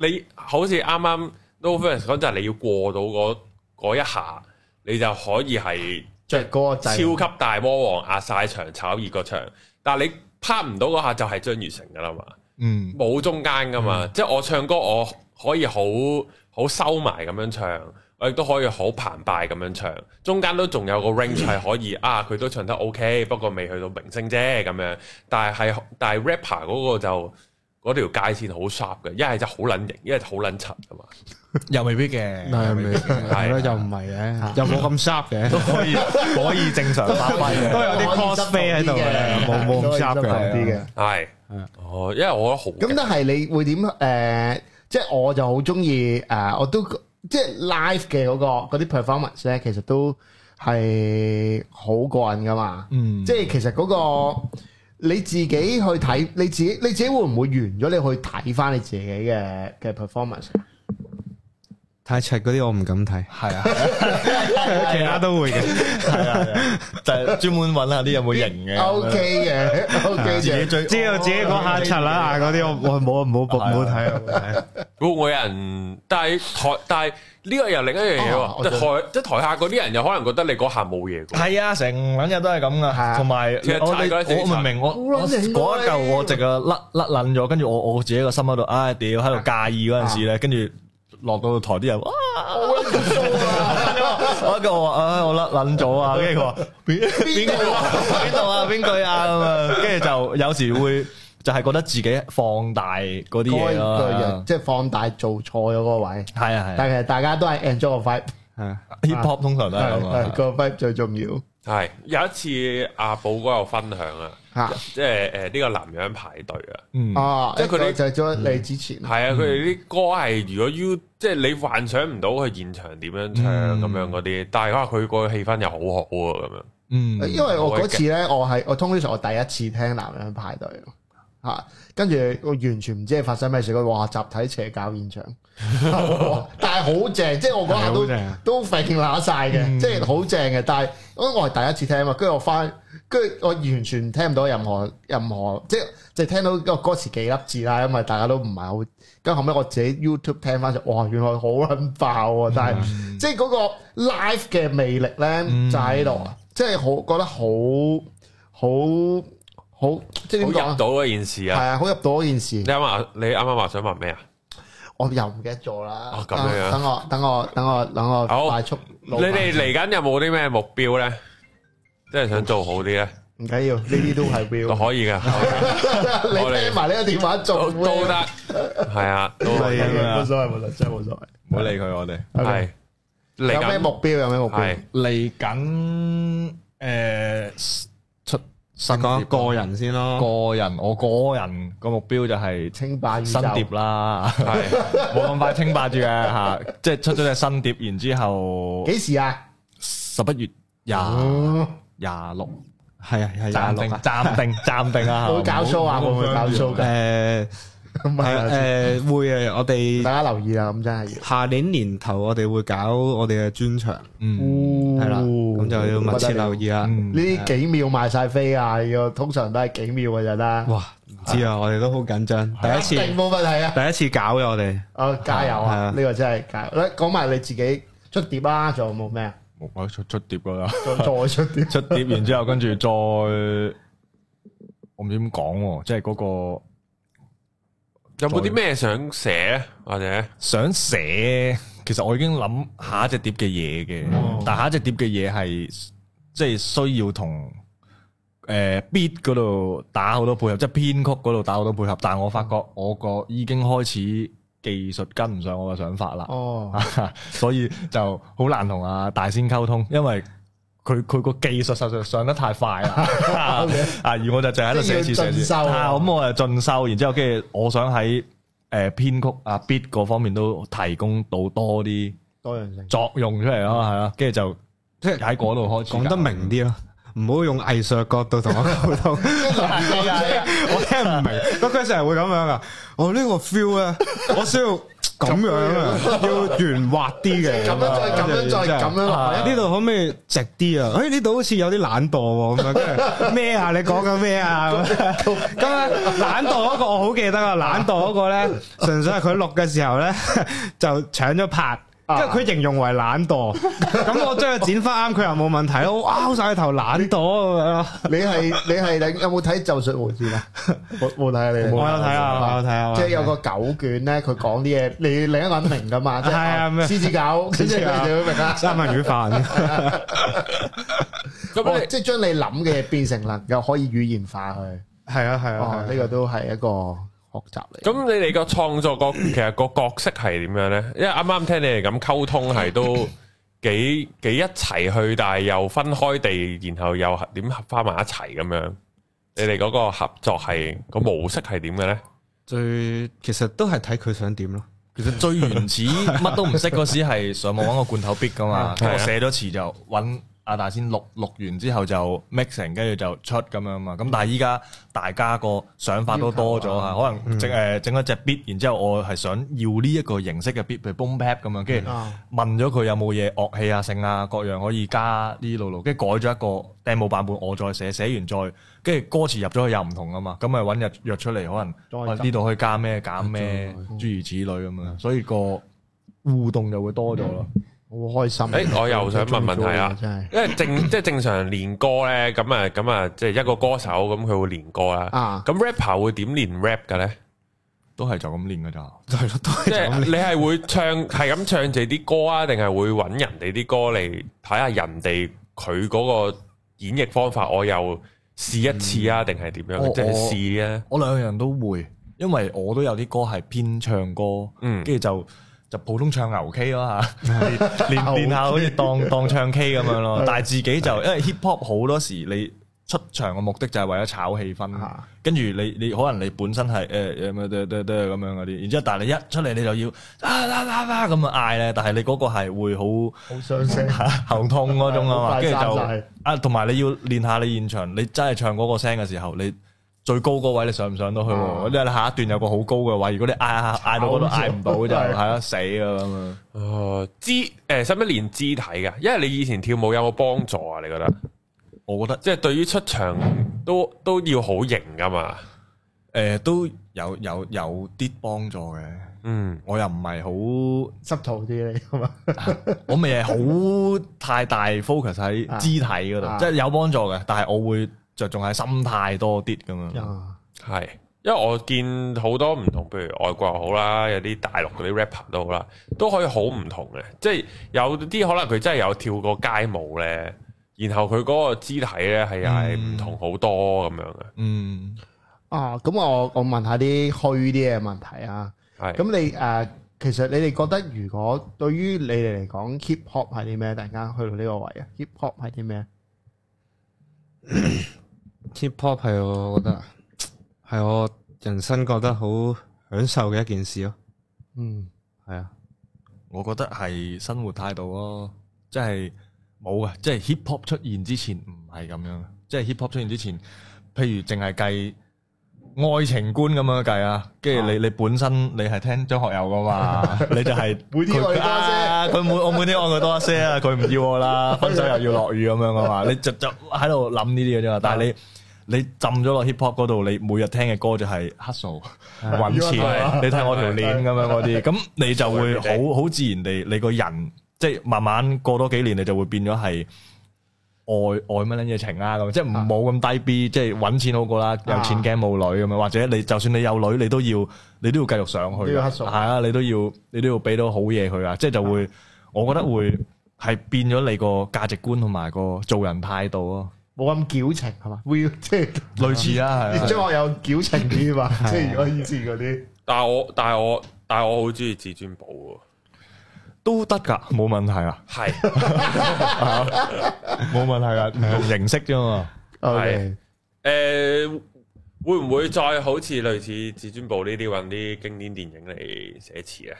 Speaker 1: 你好似啱啱 No f a n s 講就係你要過到嗰嗰一下，你就可以係
Speaker 2: 着嗰個
Speaker 1: 超
Speaker 2: 掣，
Speaker 1: 級大魔王壓晒場炒熱個場，但係你拍唔到嗰下就係張如成噶啦嘛，
Speaker 3: 嗯
Speaker 1: 冇中間噶嘛，即係我唱歌我可以好好收埋咁樣唱。我亦都可以好澎湃咁樣唱，中間都仲有個
Speaker 2: 嗯
Speaker 1: range 係可以啊，佢都唱得 OK，不過未去到明星啫咁樣。但係係但係 rapper 嗰個就嗰條界線好 sharp 嘅，一係就好撚型，一係就好撚柒啊嘛。
Speaker 3: 又未必嘅
Speaker 4: 係咪？係咯，
Speaker 1: 啊
Speaker 4: 又唔係
Speaker 2: 啊
Speaker 4: 嘅，又 冇咁 sharp 嘅，
Speaker 3: 可以可以正常發揮嘅，
Speaker 4: 啊都有啲
Speaker 2: 可以
Speaker 4: cosplay 喺度
Speaker 2: 執
Speaker 4: 嘅冇冇咁
Speaker 2: 可以
Speaker 4: sharp 嘅
Speaker 2: 執啲嘅。
Speaker 1: 係
Speaker 4: 係，
Speaker 1: 哦，因為我覺得好
Speaker 2: 嗯咁但係你會點誒、呃即係我就好中意誒，我都即係 live 嘅嗰、個嗰啲 performance 咧，其實都係好過癮噶嘛。
Speaker 3: 嗯
Speaker 2: 即係其實嗰、個你自己去睇，你自己你自己會唔會完咗你去睇翻你自己嘅嘅 performance？
Speaker 4: 太赤嗰啲我唔敢睇，
Speaker 3: 係啊，
Speaker 4: 其他都會嘅。
Speaker 3: 係啊，係啊就係專門揾下啲有冇型嘅。
Speaker 2: OK 嘅，OK
Speaker 3: 自己
Speaker 2: 嘅。
Speaker 3: 最
Speaker 4: 知啊道自己嗰下刷啦嗰啲，我我冇冇冇冇睇啊冇睇！
Speaker 1: 會唔會有人？但係台，但係呢個又另一樣嘢
Speaker 2: 啊
Speaker 1: 喎。
Speaker 2: 我
Speaker 1: 即
Speaker 2: 知
Speaker 1: 係台，即係台下嗰啲人又可能覺得你嗰下冇嘢嘅。
Speaker 3: 係啊，成撚日都係咁
Speaker 2: 係啊
Speaker 3: 噶，同埋
Speaker 1: 其實
Speaker 3: 我
Speaker 1: 踩嗰陣時
Speaker 3: 我明明我
Speaker 2: 好
Speaker 3: 我
Speaker 2: 撚型
Speaker 3: 嗰一
Speaker 2: 啊
Speaker 3: 嚿
Speaker 2: 你
Speaker 3: 我直啊甩甩撚咗，跟住我我自己個心喺度，唉屌喺度介意嗰陣時咧，跟住落到台啲 人，哇！我一個我話唉我甩撚 咗啊，跟住佢話邊邊個邊度啊邊句啊咁啊，跟住就有時會就係覺得自己放大嗰啲
Speaker 2: 嗰
Speaker 3: 嘢
Speaker 2: 個人
Speaker 4: 啊
Speaker 3: 咯。
Speaker 2: 即係放大做錯咗嗰個位，
Speaker 3: 係啊係
Speaker 2: 但
Speaker 3: 啊
Speaker 2: 係其實大家都係 enjoy 個 vibe，
Speaker 4: 係
Speaker 3: ，hip hop 通常都係咁
Speaker 2: 係係
Speaker 3: 啊。
Speaker 2: 個 vibe 最重要
Speaker 1: 係有一次阿寶哥有分享啊，
Speaker 2: 嚇。
Speaker 1: 即係誒呢個南洋排隊啊。
Speaker 3: 嗯，
Speaker 2: 哦，
Speaker 1: 即係
Speaker 2: 即係
Speaker 1: 佢哋
Speaker 2: 佢就咗你之前
Speaker 1: 係啊，佢哋啲歌係如果 U 即係你幻想唔到佢現場點樣唱
Speaker 3: 嗯
Speaker 1: 咁樣嗰啲，但係可能佢個氣氛又好好啊咁樣。
Speaker 3: 嗯，
Speaker 2: 因為我嗰次咧，我係我通常我第一次聽男人派對嚇，跟住我完全唔知係發生咩事，佢話集體邪教現場，哇但係好正，即係我嗰下
Speaker 4: 係好正嗯
Speaker 2: 都都揈乸晒嘅，即係好正嘅。但係因為我係第一次聽嘛，跟住我翻，跟住我完全聽唔到任何任何，即係就聽到個歌詞幾粒字啦，因為大家都唔係好。跟住後尾我自己 YouTube 聽翻就，哇！原來好撚爆喎，但係、
Speaker 4: 嗯
Speaker 2: 即係嗰個 live 嘅魅力咧就喺度啊，即係好覺得好好好即係點講
Speaker 1: 好入
Speaker 2: 啊？
Speaker 1: 到嗰件事
Speaker 2: 係
Speaker 1: 啊！
Speaker 2: 啊，好入到嗰件事
Speaker 1: 你，啱啱你啱啱話想問咩啊？
Speaker 2: 我又唔記得咗啦
Speaker 1: 哦。咁樣樣
Speaker 2: 等我等我等我等我
Speaker 1: 好
Speaker 2: 快速
Speaker 1: 你
Speaker 2: 老闆，
Speaker 1: 哋嚟緊有冇啲咩目標咧？即係想做好啲咧，
Speaker 2: 唔緊要，呢啲都係
Speaker 1: 都
Speaker 2: will。
Speaker 1: 可以噶，
Speaker 2: 你
Speaker 1: 我哋
Speaker 2: 聽埋呢個電話
Speaker 1: 都
Speaker 2: 做
Speaker 1: 都得，係啊，都
Speaker 2: 冇所
Speaker 1: 係
Speaker 2: 謂
Speaker 3: 係啊
Speaker 2: 冇所謂，冇所謂真係冇所謂。
Speaker 3: 唔好理佢，我哋
Speaker 2: OK，
Speaker 1: 係嚟
Speaker 2: 有咩
Speaker 1: 緊
Speaker 2: 目標？有咩目標
Speaker 1: 係？
Speaker 3: 呃嚟緊誒出
Speaker 4: 實講個人先咯，
Speaker 3: 個人我個人個目標就係
Speaker 2: 清霸宇宙
Speaker 3: 新碟啦，
Speaker 1: 系
Speaker 3: 冇咁快清霸 住嘅吓，即係出咗隻新碟，然之後
Speaker 2: 幾時啊？
Speaker 3: 十一月廿
Speaker 2: 哦
Speaker 3: 廿六
Speaker 4: 係啊係
Speaker 3: 暫定
Speaker 4: 廿六啊，
Speaker 3: 暫 定暫定啊，
Speaker 2: 會搞 show 啊，會唔會搞 show 㗎？
Speaker 4: 誒 Ờ,
Speaker 2: 咁啊
Speaker 4: 誒誒會嘅，我哋
Speaker 2: 大家留意啦，咁真係要。
Speaker 4: 下年年頭我哋會搞我哋嘅專場，
Speaker 3: 嗯，
Speaker 4: 係啦，咁就要密切留
Speaker 2: 意。
Speaker 4: 意啦。
Speaker 3: 嗯
Speaker 2: 呢啲幾秒賣晒飛啊！要通常都係幾秒嘅咋啦。
Speaker 4: 哇，唔知啊，我哋都好緊張，第一次
Speaker 2: 一定冇問題啊！
Speaker 4: 第一次搞嘅我哋，
Speaker 2: 啊，加油
Speaker 4: 係
Speaker 2: 啊！
Speaker 4: 啊
Speaker 2: 呢個真係加油。咧講埋你自己出碟啦，仲有冇咩啊？
Speaker 3: 我出出碟噶啦，
Speaker 2: 再再出碟
Speaker 3: 出碟完之後跟住再我唔知點講喎，即係嗰個。
Speaker 1: 有冇啲咩想寫或者
Speaker 3: 想寫，其實我已經諗下一隻碟嘅嘢嘅，但下一隻碟嘅嘢係即係需要同诶、呃 beat 嗰度打好多配合，即係編曲嗰度打好多配合。但系我發覺我個已經開始技術跟唔上我嘅想法啦，
Speaker 2: 哦，
Speaker 3: 所以就好難同阿大仙溝通，因為佢佢個技術實在上得太快 啦，啊而我就就喺度寫
Speaker 2: 即
Speaker 3: 字
Speaker 2: 係
Speaker 3: 寫
Speaker 2: 要
Speaker 3: 字
Speaker 2: 進修啊
Speaker 3: 啊，咁我就進修，然之後跟住我想喺誒編曲啊 beat 嗰方面都提供到多啲
Speaker 2: 多樣性。
Speaker 3: 作用出嚟咯，係啦，跟住就即係喺嗰度開始
Speaker 4: 講得明啲咯，唔好用藝術角度同我溝通。我聽唔明，嗰佢成日會咁樣啊！我呢個 feel 咧，我需要咁樣啊，要圓滑啲嘅，
Speaker 2: 咁樣再咁樣再咁樣落去
Speaker 4: 呢度可唔可以直啲啊？誒呢度好似有啲懶惰喎，咁樣跟 住咩啊？你講緊咩 啊？咁樣咁咧懶惰嗰個我好記得啊，懶惰嗰個咧，純粹係佢錄嘅時候咧 就搶咗拍。因為佢形容為懶惰，咁我將佢剪翻啱，佢又冇問題咯。哇，拗晒頭懶惰啊咁樣咯
Speaker 2: 你係你係你有冇睇《咒術迴戰》啊？冇冇睇啊？你
Speaker 4: 我有睇啊我有睇啊
Speaker 2: 即係有個九卷咧，佢講啲嘢，你另一個人明噶嘛？即係
Speaker 4: 係啊咩
Speaker 2: 獅子狗，即
Speaker 4: 獅子狗
Speaker 2: 係你會明啦。
Speaker 4: 三文魚 飯。
Speaker 1: 咁
Speaker 2: 哦
Speaker 1: 你
Speaker 2: 即係將你諗嘅嘢變成能夠可以語言化去。
Speaker 4: 系啊系
Speaker 2: 哦
Speaker 4: 啊，，
Speaker 2: 呢個都係一個學習 嚟。
Speaker 1: 咁你哋個創作個其實個角色係點樣呢？因為啱啱聽你哋咁溝通係都幾幾一齊去，但係又分開地，然後又點合翻埋一齊咁樣。你哋嗰個合作係個模式係點嘅呢？
Speaker 4: 最其實都係睇佢想點咯。
Speaker 3: 其實最原 始乜都唔識嗰時係上網揾個罐頭 beat 噶嘛，
Speaker 1: 係啊
Speaker 3: 我寫咗詞就揾阿大先錄，錄完之後就 mixing，跟住就出咁樣嘛。咁但係依家大家個想法
Speaker 1: 啊
Speaker 3: 都多咗嚇，可
Speaker 1: 嗯
Speaker 3: 能整誒整一隻 beat，然之後我係想要呢一個形式嘅 beat，譬如 boom bap 咁樣，跟住
Speaker 1: 嗯
Speaker 2: 啊
Speaker 3: 問咗佢有冇嘢樂器啊、性啊各樣可以加呢路路，跟住改咗一個 demo 版本，我再寫，寫完再跟住歌詞入咗去又唔同啊嘛，咁咪揾日約出嚟可能。
Speaker 2: 再
Speaker 3: 喂
Speaker 2: 執
Speaker 3: 呢度可以加咩減咩，諸如此類咁樣，所以個互動就會多咗咯。
Speaker 2: 好開心。
Speaker 1: 誒我又想問問題啦
Speaker 2: 真係
Speaker 1: 因為正即係正常練歌呢，咁啊咁啊，即係一個歌手咁佢會練歌啦。
Speaker 2: 啊！
Speaker 1: 咁 rapper 會點練 rap 嘅呢？
Speaker 3: 都係就咁練噶咋，
Speaker 4: 系咯，都
Speaker 1: 即
Speaker 4: 系
Speaker 1: 係 你係會唱係咁唱自己啲歌啊，定係會揾人哋啲歌嚟睇下人哋佢嗰個演繹方法，我又試一次啊，定係點樣？
Speaker 3: 嗯我
Speaker 1: 即係試啊，
Speaker 3: 我兩樣都會，因為我都有啲歌係偏唱歌，
Speaker 1: 嗯
Speaker 3: 跟住就就普通唱牛 K 咯嚇，練練練下好似當當唱 K 咁樣咯。但係自己就因為 hip hop 好多時你。出場嘅目的就係為咗炒氣氛
Speaker 2: 啊，
Speaker 3: 跟住你你可能你本身係誒誒咩得得得咁樣嗰啲，然之後但係你一出嚟你就要啊啦啦啦咁啊嗌咧，但係你嗰個係會好。
Speaker 2: 好傷心。
Speaker 3: 喉痛嗰種啊嘛，
Speaker 2: 好快
Speaker 3: 跟住
Speaker 2: 生
Speaker 3: 就
Speaker 2: 晒
Speaker 3: 啊，同埋你要練下你現場，你真係唱嗰個聲嘅時候，你最高嗰位你上唔上到去
Speaker 2: 啊
Speaker 3: 喎？因為你下一段有個好高嘅位，如果你嗌下嗌到嗰度嗌唔到就
Speaker 2: 係
Speaker 3: 係啦死啊咁啊！
Speaker 1: 哦，肢誒使唔使練肢體㗎？因為你以前跳舞有冇幫助啊？你覺得？
Speaker 3: 我覺得
Speaker 1: 即係對於出場都都要好型㗎嘛？
Speaker 3: 誒都有有有啲幫助嘅，
Speaker 1: 嗯，
Speaker 3: 我又唔
Speaker 2: 濕套啲你咁啊，
Speaker 3: 係好，我未係好太大 focus 喺肢體嗰
Speaker 2: 啊
Speaker 3: 度，即係有幫助嘅，但係我會着重喺心態多啲咁樣。
Speaker 2: 啊
Speaker 1: 係。因為我見好多唔同，譬如外國又好啦，有啲大陸嗰啲 rapper 都好啦，都可以好唔同嘅。即係有啲可能佢真係有跳過街舞咧，然後佢嗰個肢體咧係又係唔同好多咁樣嘅。
Speaker 3: 嗯，
Speaker 2: 啊！咁我我問下啲虛啲嘅問題啊。
Speaker 1: 係
Speaker 2: 咁你誒，其實你哋覺得如果對於你哋嚟講，hip hop 係啲咩？突然間去到呢個位啊，hip hop 係啲咩？
Speaker 4: hip hop 係我覺得係我人生覺得好享受嘅一件事咯。
Speaker 2: 嗯，
Speaker 4: 係啊，
Speaker 3: 我覺得係生活態度咯，即係冇啊！即係 hip hop 出現之前唔係咁樣嘅，即係 hip hop 出現之前，譬如淨係計愛情觀咁樣計啊，跟住你你本身你係聽張學友噶嘛，你就係
Speaker 2: 每天愛佢多一些
Speaker 3: 啊佢每我每天愛佢多一些啊，佢唔要我啦，分手又要落雨咁樣噶嘛，你就就喺度諗呢啲嘅啫嘛，但係你。你浸咗落 hip hop 嗰度，你每日聽嘅歌就係 hustle 揾錢，
Speaker 1: 係
Speaker 3: 你睇我條鏈咁樣嗰啲，咁你就會好好自然地，你個人即係慢慢過多幾年，你就會變咗係愛愛乜撚嘢情啊咁，即係唔冇咁低 B，即係揾錢好過啦，有錢驚冇女咁樣，或者你就算你有女，你都要你都要繼續上去
Speaker 2: 都要
Speaker 3: 㗎，
Speaker 2: hustle
Speaker 3: 係啊，你都要你都要俾到好嘢佢啊，即係就會，我覺得會係變咗你個價值觀同埋個做人態度咯，
Speaker 2: 冇咁矯情係嘛？Will 即係
Speaker 3: 類似啦，係啊
Speaker 2: 張學友矯情啲嘛？即係如果以前嗰啲
Speaker 1: 但係我但係我但係我好中意至尊寶喎。
Speaker 3: 都得噶，冇問題啊，
Speaker 1: 係
Speaker 3: 冇問題啊，唔同形式啫嘛。
Speaker 2: ，OK，
Speaker 1: 诶、 誒會唔會再好似類似至尊寶呢啲揾啲經典電影嚟寫詞啊咧？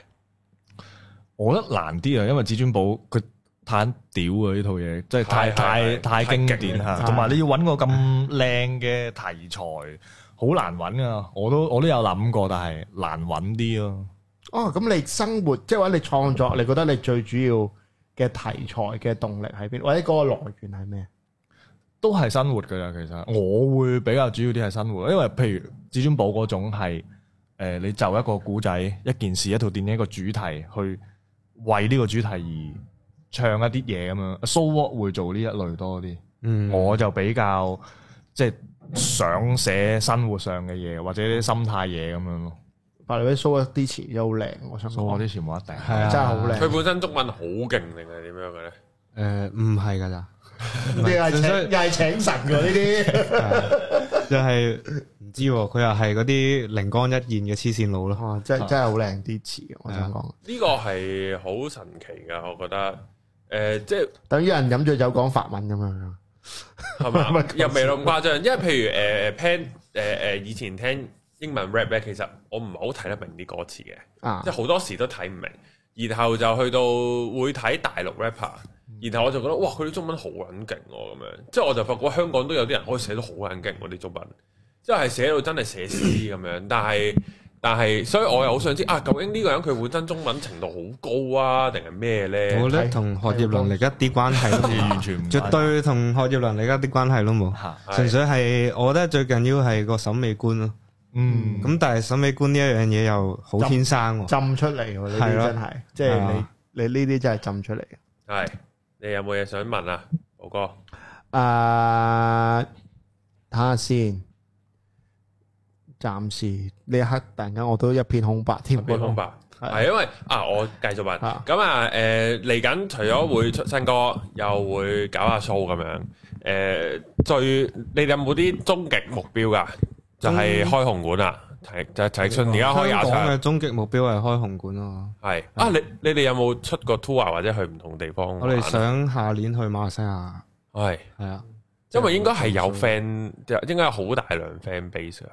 Speaker 3: 我覺得難啲啊，因為至尊寶佢太屌啊！呢套嘢即係太
Speaker 1: 係係
Speaker 3: 太
Speaker 1: 係
Speaker 3: 太經
Speaker 1: 太勁
Speaker 3: 典嚇，同埋你要揾個咁靚嘅題材，好難揾啊！我都我都有諗過，但係難揾啲咯。
Speaker 2: 哦，咁你生活即係話你創作，你覺得你最主要嘅題材嘅動力喺邊，或者嗰個來源係咩？
Speaker 3: 都係生活㗎啦，其實我會比較主要啲係生活，因為譬如至尊寶嗰種係、呃、你就一個古仔、一件事、一套電影、一個主題去為呢個主題而唱一啲嘢咁樣。So what 會做呢一類多啲，
Speaker 4: 嗯，
Speaker 3: 我就比較即係想寫生活上嘅嘢或者啲心態嘢咁樣咯。
Speaker 2: 白裏 show 一啲詞都好靚，我想
Speaker 3: So
Speaker 2: 講
Speaker 3: what 啲全部一定
Speaker 4: 係啊
Speaker 2: 真係好
Speaker 1: 佢
Speaker 2: 靚。
Speaker 1: 本身中文好勁定係點樣嘅咧？
Speaker 4: 誒唔係㗎咋。
Speaker 2: 你係請
Speaker 4: 純粹
Speaker 2: 又係請神㗎呢啲，
Speaker 4: 就係唔知喎，佢又係嗰啲靈光一現嘅黐線佬咯。
Speaker 2: 哦，真係真係好靚啲詞，我想講。
Speaker 1: 呢個係好神奇噶，我覺得。诶、即係
Speaker 2: 等於有人飲醉酒講法文咁樣。
Speaker 1: 係嘛，又未咁誇張。因為譬如诶诶 pen 诶诶，以前聽英文 rap 咧，其實我唔係好睇得明啲歌詞嘅。
Speaker 2: 啊
Speaker 1: 即係，好多時都睇唔明，然後就去到會睇大陸 rapper，然後我就覺得哇佢啲中文好撚勁喎咁樣，即係我就發覺香港都有啲人可以寫到好撚勁嗰啲中文，即係寫到真係寫詩咁樣，但係但係所以我又好想知啊，究竟呢個人佢本身中文程度好高啊，定係咩
Speaker 4: 我
Speaker 1: 呢？
Speaker 4: 覺得同學業能力一啲關係都冇，
Speaker 3: 完全唔
Speaker 4: 絕對同學業能力一啲關係都冇。
Speaker 3: 嚇，
Speaker 1: 係
Speaker 4: 純粹係我覺得最緊要係個審美觀咯。
Speaker 3: 嗯
Speaker 4: 咁但係審美觀呢一樣嘢又好天生喎。
Speaker 2: 浸出嚟喎，呢
Speaker 4: 係
Speaker 2: 啲
Speaker 4: 咯
Speaker 2: 真係，即係
Speaker 4: 係
Speaker 2: 你你呢啲真係浸出嚟。
Speaker 1: 係你有冇嘢想問啊，寶哥？
Speaker 2: 诶，睇下先。暫時呢一刻，突然間我都一片空白添。
Speaker 1: 一片空白，
Speaker 2: 係
Speaker 1: 係因為啊，我繼續問，
Speaker 2: 啊
Speaker 1: 咁啊，誒嚟緊除咗會出新歌，又會搞下 show Ờ, 咁樣，誒最你哋有冇啲終極目標㗎？就係開紅館啦，係就係陳奕迅而家開廿
Speaker 4: 香港嘅
Speaker 1: 場，
Speaker 4: 終極目標係開紅館咯。
Speaker 1: 係啊，你你哋有冇出過 tour 啊或者去唔同地方
Speaker 4: 我
Speaker 1: 玩
Speaker 4: 哋
Speaker 1: 啊？
Speaker 4: 想下年去馬來西亞，
Speaker 1: 係，
Speaker 4: 係啊，
Speaker 1: 因為應該係有 fan，應 dạ, 該有好大量 fan base 啊，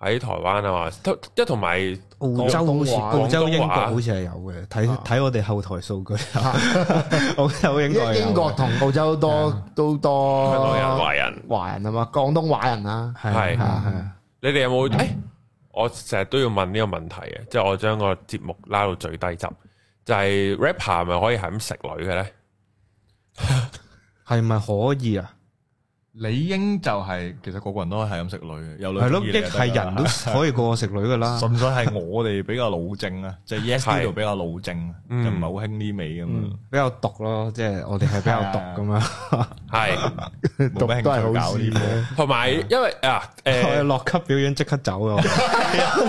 Speaker 1: 喺台灣啊嘛，都即係同埋。
Speaker 4: 澳洲好似
Speaker 2: 廣東話啊
Speaker 4: 澳
Speaker 1: 廣東
Speaker 4: 洲
Speaker 1: 話
Speaker 4: 英國好似係有嘅，睇睇我哋後台 數據，澳洲英
Speaker 2: 英
Speaker 4: 國有
Speaker 2: 英國同澳洲多都多
Speaker 1: 香港人、華人，
Speaker 2: 華人啊嘛，廣東華人啊。
Speaker 4: 係啊
Speaker 1: 係
Speaker 4: 係啊係啊。
Speaker 1: 你哋有冇？誒、我成日都要問呢個問題嘅，即係我將個節目拉到最低集，就係、rapper 係咪可以係咁食女嘅咧？
Speaker 4: 係咪可以啊？
Speaker 3: 理應就係其實個個人都係咁食女嘅，有女
Speaker 4: 係咯，
Speaker 3: 中意你
Speaker 4: 亦
Speaker 3: 就得
Speaker 4: 係
Speaker 3: 㗎
Speaker 4: 人都可以過我食女噶啦。
Speaker 3: 純粹係我哋比較老正啊，即係 yes
Speaker 1: 係
Speaker 3: 呢度比較老正啊，就
Speaker 1: 嗯
Speaker 3: 唔係好興呢味咁
Speaker 2: 嗯
Speaker 3: 樣，
Speaker 4: 嗯比較毒咯，即係我哋係比較毒咁啊樣，
Speaker 1: 係，
Speaker 2: 讀
Speaker 3: 冇咩
Speaker 2: 都係
Speaker 3: 興趣搞
Speaker 2: 好
Speaker 3: 呢
Speaker 2: 事
Speaker 3: 啲嘢。
Speaker 2: 嘅，
Speaker 1: 同埋因為啊，誒、
Speaker 4: 我哋落級表演即刻走 啊！
Speaker 2: 邊即刻即刻翻背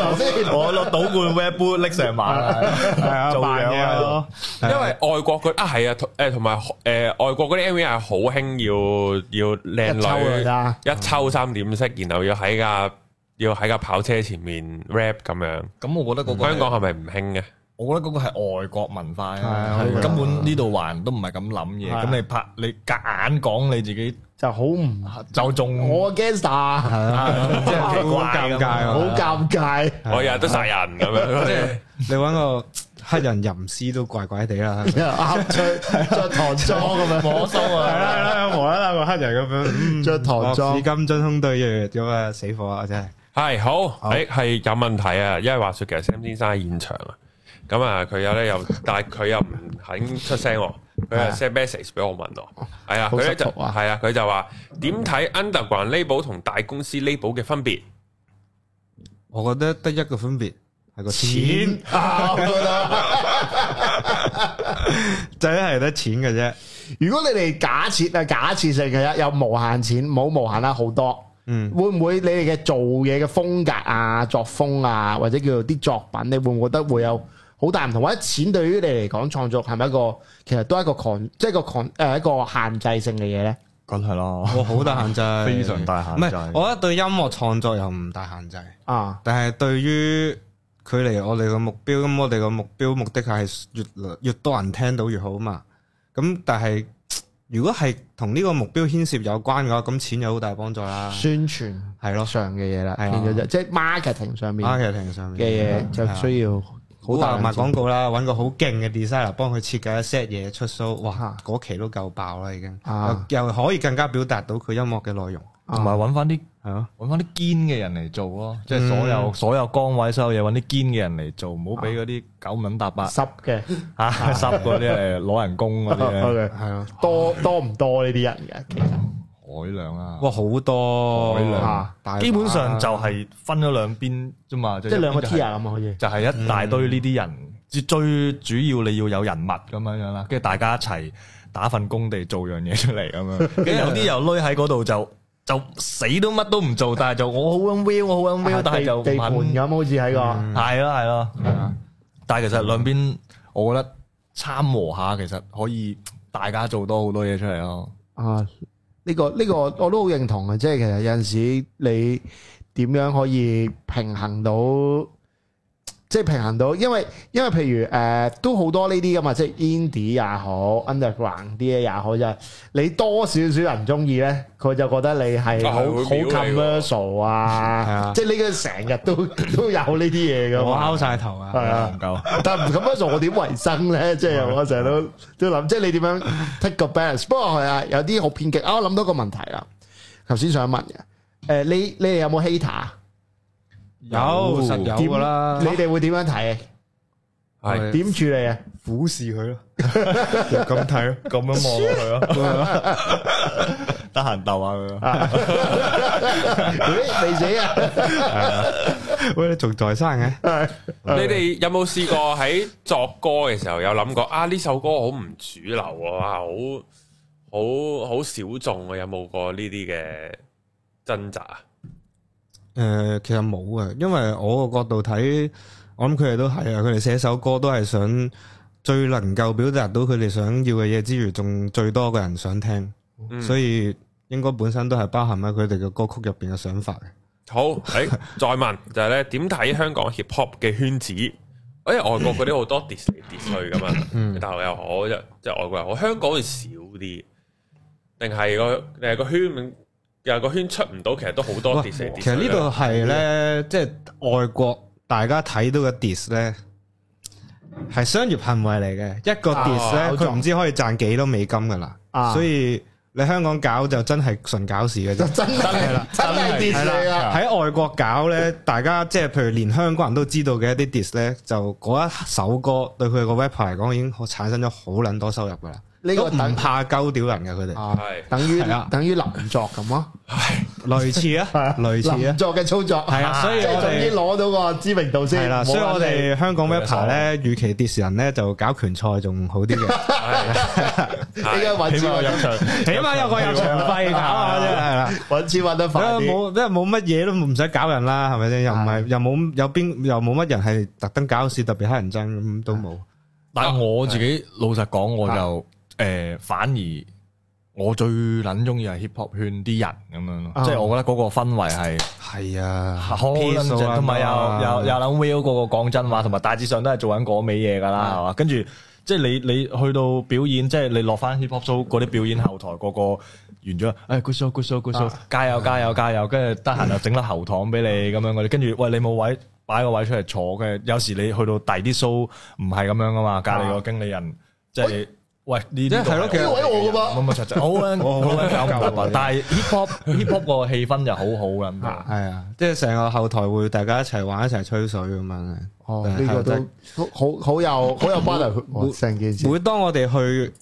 Speaker 2: 後先。
Speaker 3: 我落倒罐 web 杯拎成晚啊，
Speaker 4: 係啊
Speaker 3: 做
Speaker 4: 扮
Speaker 3: 嘢
Speaker 4: 嘢
Speaker 3: 咯
Speaker 4: 咯。
Speaker 1: 因為外國嗰啊係啊，同誒同埋誒外國嗰啲 MV 係好興要要靚
Speaker 2: 一抽
Speaker 1: 女
Speaker 2: 嚟㗎
Speaker 1: 一啊抽三點式，然後要喺架要喺架跑車前面 rap 咁樣。
Speaker 3: 咁我覺得嗰個係
Speaker 1: 香港係咪唔興嘅？
Speaker 3: 我覺得嗰個係外國文化啊，
Speaker 4: 係
Speaker 2: 啊
Speaker 3: 根本呢度還都唔係咁諗嘢。
Speaker 2: 係啊
Speaker 3: 咁你拍你夾硬講你自己
Speaker 2: 就好唔
Speaker 3: 就中，
Speaker 2: 我 gangster，
Speaker 4: 啊，
Speaker 3: 即係奇怪
Speaker 4: 好尷
Speaker 3: 咁
Speaker 4: 尬啊
Speaker 2: 好尷 尬。
Speaker 1: 我日日都殺人咁樣，啊 即係
Speaker 4: 你揾個黑人吟詩都怪怪地啊啦。係咪
Speaker 2: 啱着着唐裝咁樣，
Speaker 3: 我收啊，
Speaker 4: 係啦係啦，無啦啦個黑人咁樣嗯
Speaker 2: 着唐裝
Speaker 4: 莫似金樽空對月咁啊，死火啊真係。
Speaker 1: 係好，诶係有問題啊，因為話说其實 Sam 先生喺現場啊，咁啊佢有咧又，但係佢又唔肯出聲喎，佢又 send message 俾我問我，係啊，
Speaker 2: 啊好
Speaker 1: 佢咧就
Speaker 2: 失落啊
Speaker 1: 係啊，佢就話點睇 underground label 同大公司 label 嘅分別？
Speaker 4: 我覺得得一個分別係個錢，
Speaker 2: 錢啱啦。
Speaker 4: 就係得錢嘅啫。
Speaker 2: 如果你哋假設啊，假設性嘅有無限錢，冇無限啦，好多。
Speaker 4: 嗯，
Speaker 2: 會唔會你哋嘅做嘢嘅風格啊、作風啊，或者叫做啲作品，你會唔會覺得會有好大唔同？或者錢對於你嚟講創作係咪一個其實都係一個 con，即係一個 con 誒、一個限制性嘅嘢咧？
Speaker 3: 梗係啦，
Speaker 4: 我好大限制，
Speaker 3: 非常大限
Speaker 4: 唔
Speaker 3: 制
Speaker 4: 係，我覺得對音樂創作又唔大限制，
Speaker 2: 啊，
Speaker 4: 但係對於距離我哋嘅目標，咁我哋嘅目標目的係越來越多人聽到越好嘛。咁但係如果係同呢個目標牽涉有關嘅話，咁錢有好大幫助啦。
Speaker 2: 宣傳
Speaker 4: 係咯
Speaker 2: 上嘅嘢啦，
Speaker 4: 係
Speaker 2: 變
Speaker 4: 啊
Speaker 2: 咗就即係 marketing 上面嘅
Speaker 4: ，marketing 上面
Speaker 2: 嘢就
Speaker 4: 要。
Speaker 2: 需要
Speaker 4: 好
Speaker 2: 好
Speaker 4: 大
Speaker 2: 大
Speaker 4: 賣
Speaker 2: 嘅
Speaker 4: 廣告啦，揾個好勁嘅 designer 幫佢設計一 set 嘢出 show，哇
Speaker 2: 啊！
Speaker 4: 嗰期都夠爆啦，已經
Speaker 2: 啊
Speaker 4: 又又可以更加表達到佢音樂嘅內容，
Speaker 3: 同埋揾翻啲
Speaker 4: 係咯。
Speaker 3: 揾翻啲堅嘅人嚟做咯，即係所
Speaker 2: 嗯
Speaker 3: 有所有崗位所有嘢揾啲堅嘅人嚟做，唔好俾嗰啲九唔搭八
Speaker 2: 濕嘅，
Speaker 3: 嚇 濕嗰啲係攞人工嗰啲咧，
Speaker 2: 係啊，多多唔多呢啲人嘅，其實
Speaker 3: 海量啊！
Speaker 4: 哇，好多
Speaker 3: 海量
Speaker 2: 啊
Speaker 4: 大把
Speaker 3: 基本上就係分咗兩邊啫嘛，即
Speaker 2: 即係兩個 tier 咁啊，可以
Speaker 3: 就係一大堆呢啲
Speaker 4: 嗯
Speaker 3: 人，最最主要你要有人物咁樣樣啦，跟住大家一齊打份工地做樣嘢出嚟咁樣， 跟住有啲又匿喺嗰度就就死都乜都唔做，但係就我好 unwell，我好
Speaker 4: 啊
Speaker 3: unwell，但係就唔
Speaker 2: 地
Speaker 3: 肯
Speaker 2: 盤咁，好似喺個。
Speaker 4: 嗯
Speaker 3: 係咯係咯，但係其實兩邊我覺得參和下，其實可以大家做多好多嘢出嚟咯。
Speaker 2: 啊，呢、個呢、個我都好認同嘅，即係其實有陣時你點樣可以平衡到，即係平衡到，因為因為譬如誒、呃都好多呢啲噶嘛，即係 indie 也好，underground 啲嘢也好，就係你多少少人中意咧，佢就覺得你係
Speaker 1: 啊
Speaker 2: 好好
Speaker 1: 係會表你喎
Speaker 2: commercial 啊
Speaker 4: 啊，
Speaker 2: 即係呢個成日都 都有呢啲嘢噶
Speaker 4: 我
Speaker 2: 嘛。
Speaker 4: 敲晒頭啊！
Speaker 2: 係啊
Speaker 3: 唔夠，
Speaker 2: 但唔咁樣做，我點維生 咧？即係我成日都都諗，即係你點樣 take 個 balance？不過係啊，有啲好偏激啊！我諗到個問題啦，頭先想問嘅，誒你你哋有冇 hater？啊
Speaker 4: 有實有㗎啦，
Speaker 2: 你哋會點樣睇？
Speaker 1: 係
Speaker 2: 點處 理啊？
Speaker 4: 俯視佢咯，就咁睇咯。
Speaker 3: 咁樣望佢咯，得閒鬥下佢咯。
Speaker 2: 咦未死啊！
Speaker 4: 喂，你仲在生嘅？
Speaker 2: 嗯
Speaker 1: 你哋有冇試過喺作歌嘅時候有諗過啊？呢首歌好唔主流啊，好好好小眾啊！有冇過呢啲嘅掙扎啊？
Speaker 4: 誒、其實冇啊，因為我個角度睇，我諗佢哋都係啊，佢哋寫首歌都係想最能夠表達到佢哋想要嘅嘢之餘，仲最多嘅人想聽，
Speaker 1: 嗯
Speaker 4: 所以應該本身都係包含喺佢哋嘅歌曲入邊嘅想法嘅。
Speaker 1: 好，誒再問就係咧點睇香港 hip hop 嘅圈子？因為外國嗰啲好多 diss 嚟 diss 去噶嘛，
Speaker 4: 嗯
Speaker 1: 大陸又好，即即係外國又好，香港會少啲，定係個定係個圈又係個圈出唔到，其實都好多
Speaker 4: 哇
Speaker 1: diss 嚟 diss 去
Speaker 4: 其實呢度 係呢，即係外國大家睇到嘅 diss 呢，係商業行為嚟嘅。一個 diss
Speaker 2: 啊
Speaker 4: 呢，佢唔知可以賺幾多美金噶啦，
Speaker 2: 啊
Speaker 4: 所以你香港搞就真係純搞事嘅啫
Speaker 2: 就。真係啦，真係跌你 啊！
Speaker 4: 喺外國搞呢，大家即係譬如連香港人都知道嘅一啲 diss 呢，就嗰一首歌對佢個 rapper 嚟講已經產生咗好撚多收入噶啦，
Speaker 2: 呢
Speaker 4: 都
Speaker 2: 個
Speaker 4: 唔
Speaker 2: 等
Speaker 4: 怕鳩屌人嘅佢哋，
Speaker 2: 啊，
Speaker 1: 係
Speaker 2: 等於
Speaker 4: 係啊
Speaker 2: 等於林作咁咯，
Speaker 4: 類 似啊，類似
Speaker 2: 林
Speaker 4: 啊，
Speaker 2: 作嘅操作
Speaker 4: 係啊，所以
Speaker 2: 即係
Speaker 4: 我
Speaker 2: 總之
Speaker 4: 哋
Speaker 2: 攞到個知名度先。
Speaker 4: 係啦，
Speaker 2: 冇
Speaker 4: 所以我
Speaker 2: 話你
Speaker 4: 哋香港 rapper 呢，與其 diss 人呢，就搞拳賽仲好啲嘅，
Speaker 2: 你嘅揾
Speaker 3: 起
Speaker 2: 錢
Speaker 3: 碼
Speaker 2: 揾
Speaker 3: 入
Speaker 2: 得
Speaker 3: 場，
Speaker 4: 起碼有個入場費搞啊，真係係啦。
Speaker 2: 揾錢揾得快
Speaker 4: 因為
Speaker 2: 啲。
Speaker 4: 冇，因為冇乜嘢都唔使搞人啦，係咪先？又唔係，又冇，有邊，又冇乜人係特登搞事，特別黑人憎咁都冇。
Speaker 3: 啊但我自己老實講，我就誒、呃反而我最撚中意係 hip hop 圈啲人咁樣咯，
Speaker 2: 啊
Speaker 3: 即係我覺得嗰個氛圍係
Speaker 4: 系啊，
Speaker 3: 好撚正，同埋又又又撚 real 嗰個講真話，同埋大致上都係做緊嗰味嘢㗎啦，係嘛？跟住即係你你去到表演，即係你落翻 hip hop show 嗰啲表演後台個個完咗，誒 good show good show good
Speaker 4: 啊
Speaker 3: show，加油加油加油，跟住得閒又整粒喉糖俾你咁樣嗰啲，跟住喂你冇位。擺個位出嚟坐嘅，有時你去到第啲 show 唔係咁樣噶嘛，隔離個經理人即係喂呢啲
Speaker 4: 係咯其實
Speaker 2: 呢位我㗎噃
Speaker 3: 冇冇錯錯，好啊，好啊，搞唔
Speaker 4: 我
Speaker 3: 掂。但係 hip hop hip hop 個氣氛就好好咁樣。
Speaker 4: 系啊，即係成個後台會大家一齊玩、一齊吹水咁樣咧。
Speaker 2: 哦，
Speaker 4: 但係
Speaker 2: 呢個
Speaker 4: 後
Speaker 2: 都
Speaker 4: 得
Speaker 2: 好好有好有 brother
Speaker 4: 每
Speaker 2: 成件事。
Speaker 4: 每當我哋去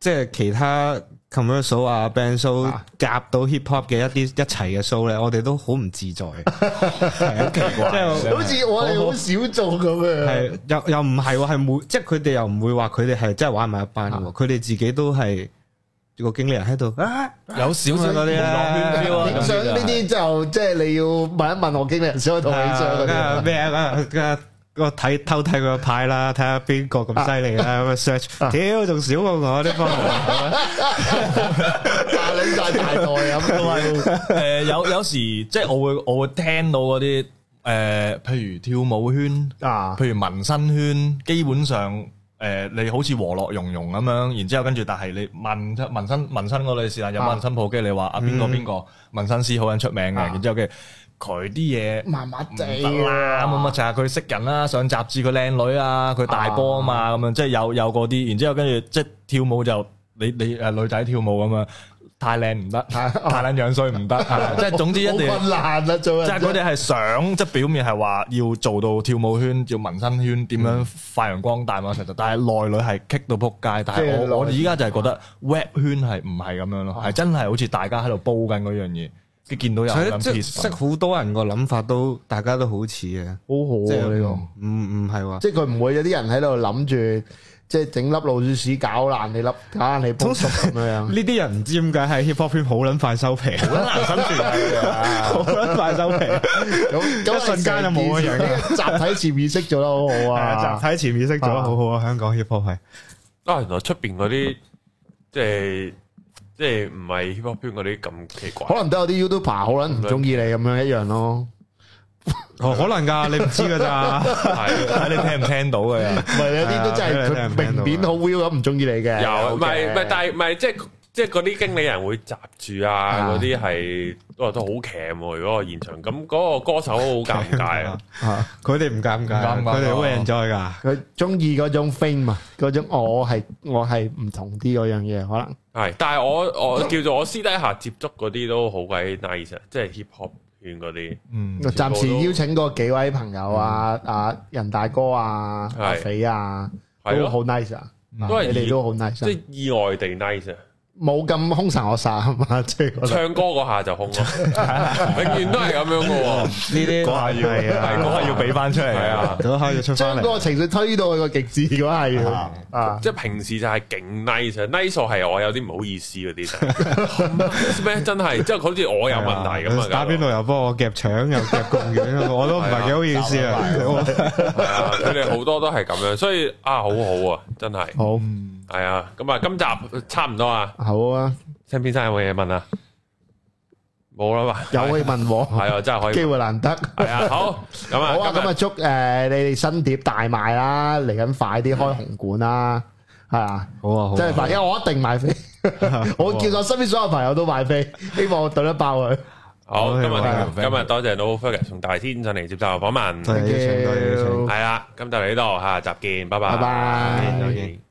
Speaker 4: 即係其他 commercial 啊、band show
Speaker 2: 啊
Speaker 4: 夾到 hip hop 嘅一啲一齊嘅 show 咧，我哋都好唔自 在，係啊，奇怪，即係
Speaker 2: 好似我哋好少做咁樣，
Speaker 4: 係又又唔係喎，係每即係佢哋又唔會話佢哋係真係玩埋一班嘅喎，佢哋自己都係個經理人喺度啊，
Speaker 3: 有少
Speaker 4: 少嗰啲啦
Speaker 3: 圈 feel 啊，
Speaker 2: 影相呢啲就即係你要問一問我經理人先可以同你影相嗰
Speaker 4: 啊
Speaker 2: 啲。
Speaker 4: 咩啊？啊我睇偷睇佢個牌啦，睇下邊個咁犀利啦，咁啊 search，屌仲少過我呢方面，
Speaker 2: 大你晒大袋
Speaker 3: 同
Speaker 2: 咁，
Speaker 3: 埋誒有有時即係我會我會聽到嗰啲誒，譬如跳舞圈，
Speaker 2: 啊
Speaker 3: 譬如紋身圈，基本上。誒，你好似和樂融融咁樣，然之後跟住，但係你紋紋身紋身嗰類是但有
Speaker 2: 啊嗯
Speaker 3: 紋身鋪，跟住你話啊邊個邊個紋身師好撚出名嘅，
Speaker 2: 啊
Speaker 3: 然之後跟住佢啲嘢
Speaker 2: 麻麻地
Speaker 3: 唔得
Speaker 2: à.
Speaker 3: 啦，咁啊就係佢識人啦，上雜誌佢靚女啊，佢大波啊嘛，咁樣即係有有嗰啲，然之後跟住即係跳舞就你你誒女仔跳舞咁樣太靚唔得，
Speaker 2: 啊
Speaker 3: 太靚樣衰唔得，係即係總之一
Speaker 2: 好
Speaker 3: 定。
Speaker 2: 困難啦，做
Speaker 3: 即
Speaker 2: 人
Speaker 3: 係佢哋係想，即係表面係話要做到跳舞圈、要紋身圈，點樣發揚光大嘛，其實但係內裏係棘到撲街。但
Speaker 2: 即係
Speaker 3: 係我我
Speaker 2: 內
Speaker 3: 而家就係覺得 rap 圈係唔係咁樣咯，係真係好似大家喺度煲緊嗰樣嘢，跟住見到有
Speaker 4: 係
Speaker 3: 咁
Speaker 4: 咯即係
Speaker 3: piece
Speaker 4: 識好多人個諗法都大家都好似嘅，
Speaker 2: 好
Speaker 4: 即
Speaker 2: 好
Speaker 4: 係
Speaker 2: 啊呢個。
Speaker 4: 唔唔係話。
Speaker 2: 即係佢唔會有啲人喺度諗住，即係整粒老鼠屎搞爛你粒，搞爛 你煲熟咁樣樣。
Speaker 4: 呢啲人唔知點解喺 hip hop 圈好撚快收皮，
Speaker 3: 好難生存啊！
Speaker 4: 好撚快收皮，
Speaker 2: 咁咁
Speaker 4: 一瞬間就冇咗樣
Speaker 2: 樣。 集體潛意識做得好 好啊！
Speaker 4: 係集體潛意識做得好好啊！香港 hip hop 係
Speaker 1: 啊，原來出边嗰啲即係即係唔係 hip hop 圈嗰啲咁奇怪
Speaker 2: 可。能都有啲 YouTuber 好撚唔中意你咁樣一樣咯。
Speaker 4: 哦，可能㗎，你唔知㗎咋，
Speaker 1: 係
Speaker 3: 睇你聽唔聽到嘅又。
Speaker 2: 唔係有啲都真係佢明面好 will 咁唔中意你嘅。
Speaker 1: 有，唔係
Speaker 2: 嘅
Speaker 1: 唔係，但係唔係即係即係嗰啲經理人會閘住啊，
Speaker 2: 啊
Speaker 1: 嗰啲係哇都好騎喎，如果個現場咁嗰個歌手好尷尬 啊，
Speaker 2: 啊
Speaker 4: 佢哋唔尷
Speaker 3: 唔尷
Speaker 4: 尬，啊
Speaker 3: 尬
Speaker 4: 佢哋好 enjoy 㗎。
Speaker 2: 佢中意嗰種 fame 啊，嗰種我係我係唔同啲嗰樣嘢，可能
Speaker 1: 係，但係我我叫做我私底下接觸嗰啲都好鬼 nice，啊即係 hip hop 圈嗰啲，
Speaker 3: 嗯，
Speaker 1: 全
Speaker 2: 暫
Speaker 1: 部都
Speaker 2: 時邀請過幾位朋友啊，啊人大哥啊，
Speaker 1: 係
Speaker 2: 阿肥啊，
Speaker 1: 係
Speaker 2: 都
Speaker 1: 咯，
Speaker 2: 好 nice 啊，
Speaker 3: 嗯
Speaker 1: 都係
Speaker 2: 你哋
Speaker 1: 意
Speaker 2: 都好 nice
Speaker 1: 即
Speaker 2: 啊。
Speaker 1: 係意外地 nice 啊！
Speaker 2: 冇咁兇神惡煞啊嘛， 即係嗰度
Speaker 1: 唱歌嗰下就空咯，永遠都係咁樣嘅喎，
Speaker 4: 呢啲
Speaker 3: 嗰下要
Speaker 4: 係啊
Speaker 3: 係嗰下要俾翻出嚟
Speaker 1: 係
Speaker 3: 啊！
Speaker 1: 啊。
Speaker 4: 嗰下要出
Speaker 2: 將
Speaker 4: 翻
Speaker 2: 嗰
Speaker 4: 嚟。
Speaker 2: 個情緒推到去個極致嗰下要
Speaker 3: 啊
Speaker 2: 啊，
Speaker 1: 即係平時就係勁 nice 啊，nice 係我有啲唔好意思嗰啲， 咩真係，即係好似我有問題咁啊！
Speaker 4: 打邊爐又幫我夾腸又夾公園，我都唔係幾好意思啊！我
Speaker 1: 係啊，佢哋好多都係咁樣，所以啊，好好啊，真係
Speaker 2: 好
Speaker 1: 係啊。咁啊，今集差唔多啊，
Speaker 2: 好啊，
Speaker 1: 青先生有冇嘢問啊？冇啦嘛，
Speaker 2: 有可以問我，
Speaker 1: 係啊，真係可以
Speaker 2: 機會難得。
Speaker 1: 係啊。好咁啊，
Speaker 2: 好啊，
Speaker 1: 今日
Speaker 2: 咁啊祝誒你哋新碟大賣啦，嚟緊快啲開紅館啦，係啊，
Speaker 4: 好啊好啊，
Speaker 2: 真係快，因為我一定買飛，我叫我身邊所有朋友都買飛，希望我對得爆佢。
Speaker 1: 好，今
Speaker 4: 好啊
Speaker 1: 日今日多謝 No Focus 同大天上嚟接受訪問，
Speaker 4: 多謝邀請，多謝邀請。
Speaker 1: 係啦，今集嚟呢度，下集見，拜拜，
Speaker 2: 拜拜
Speaker 1: 再見。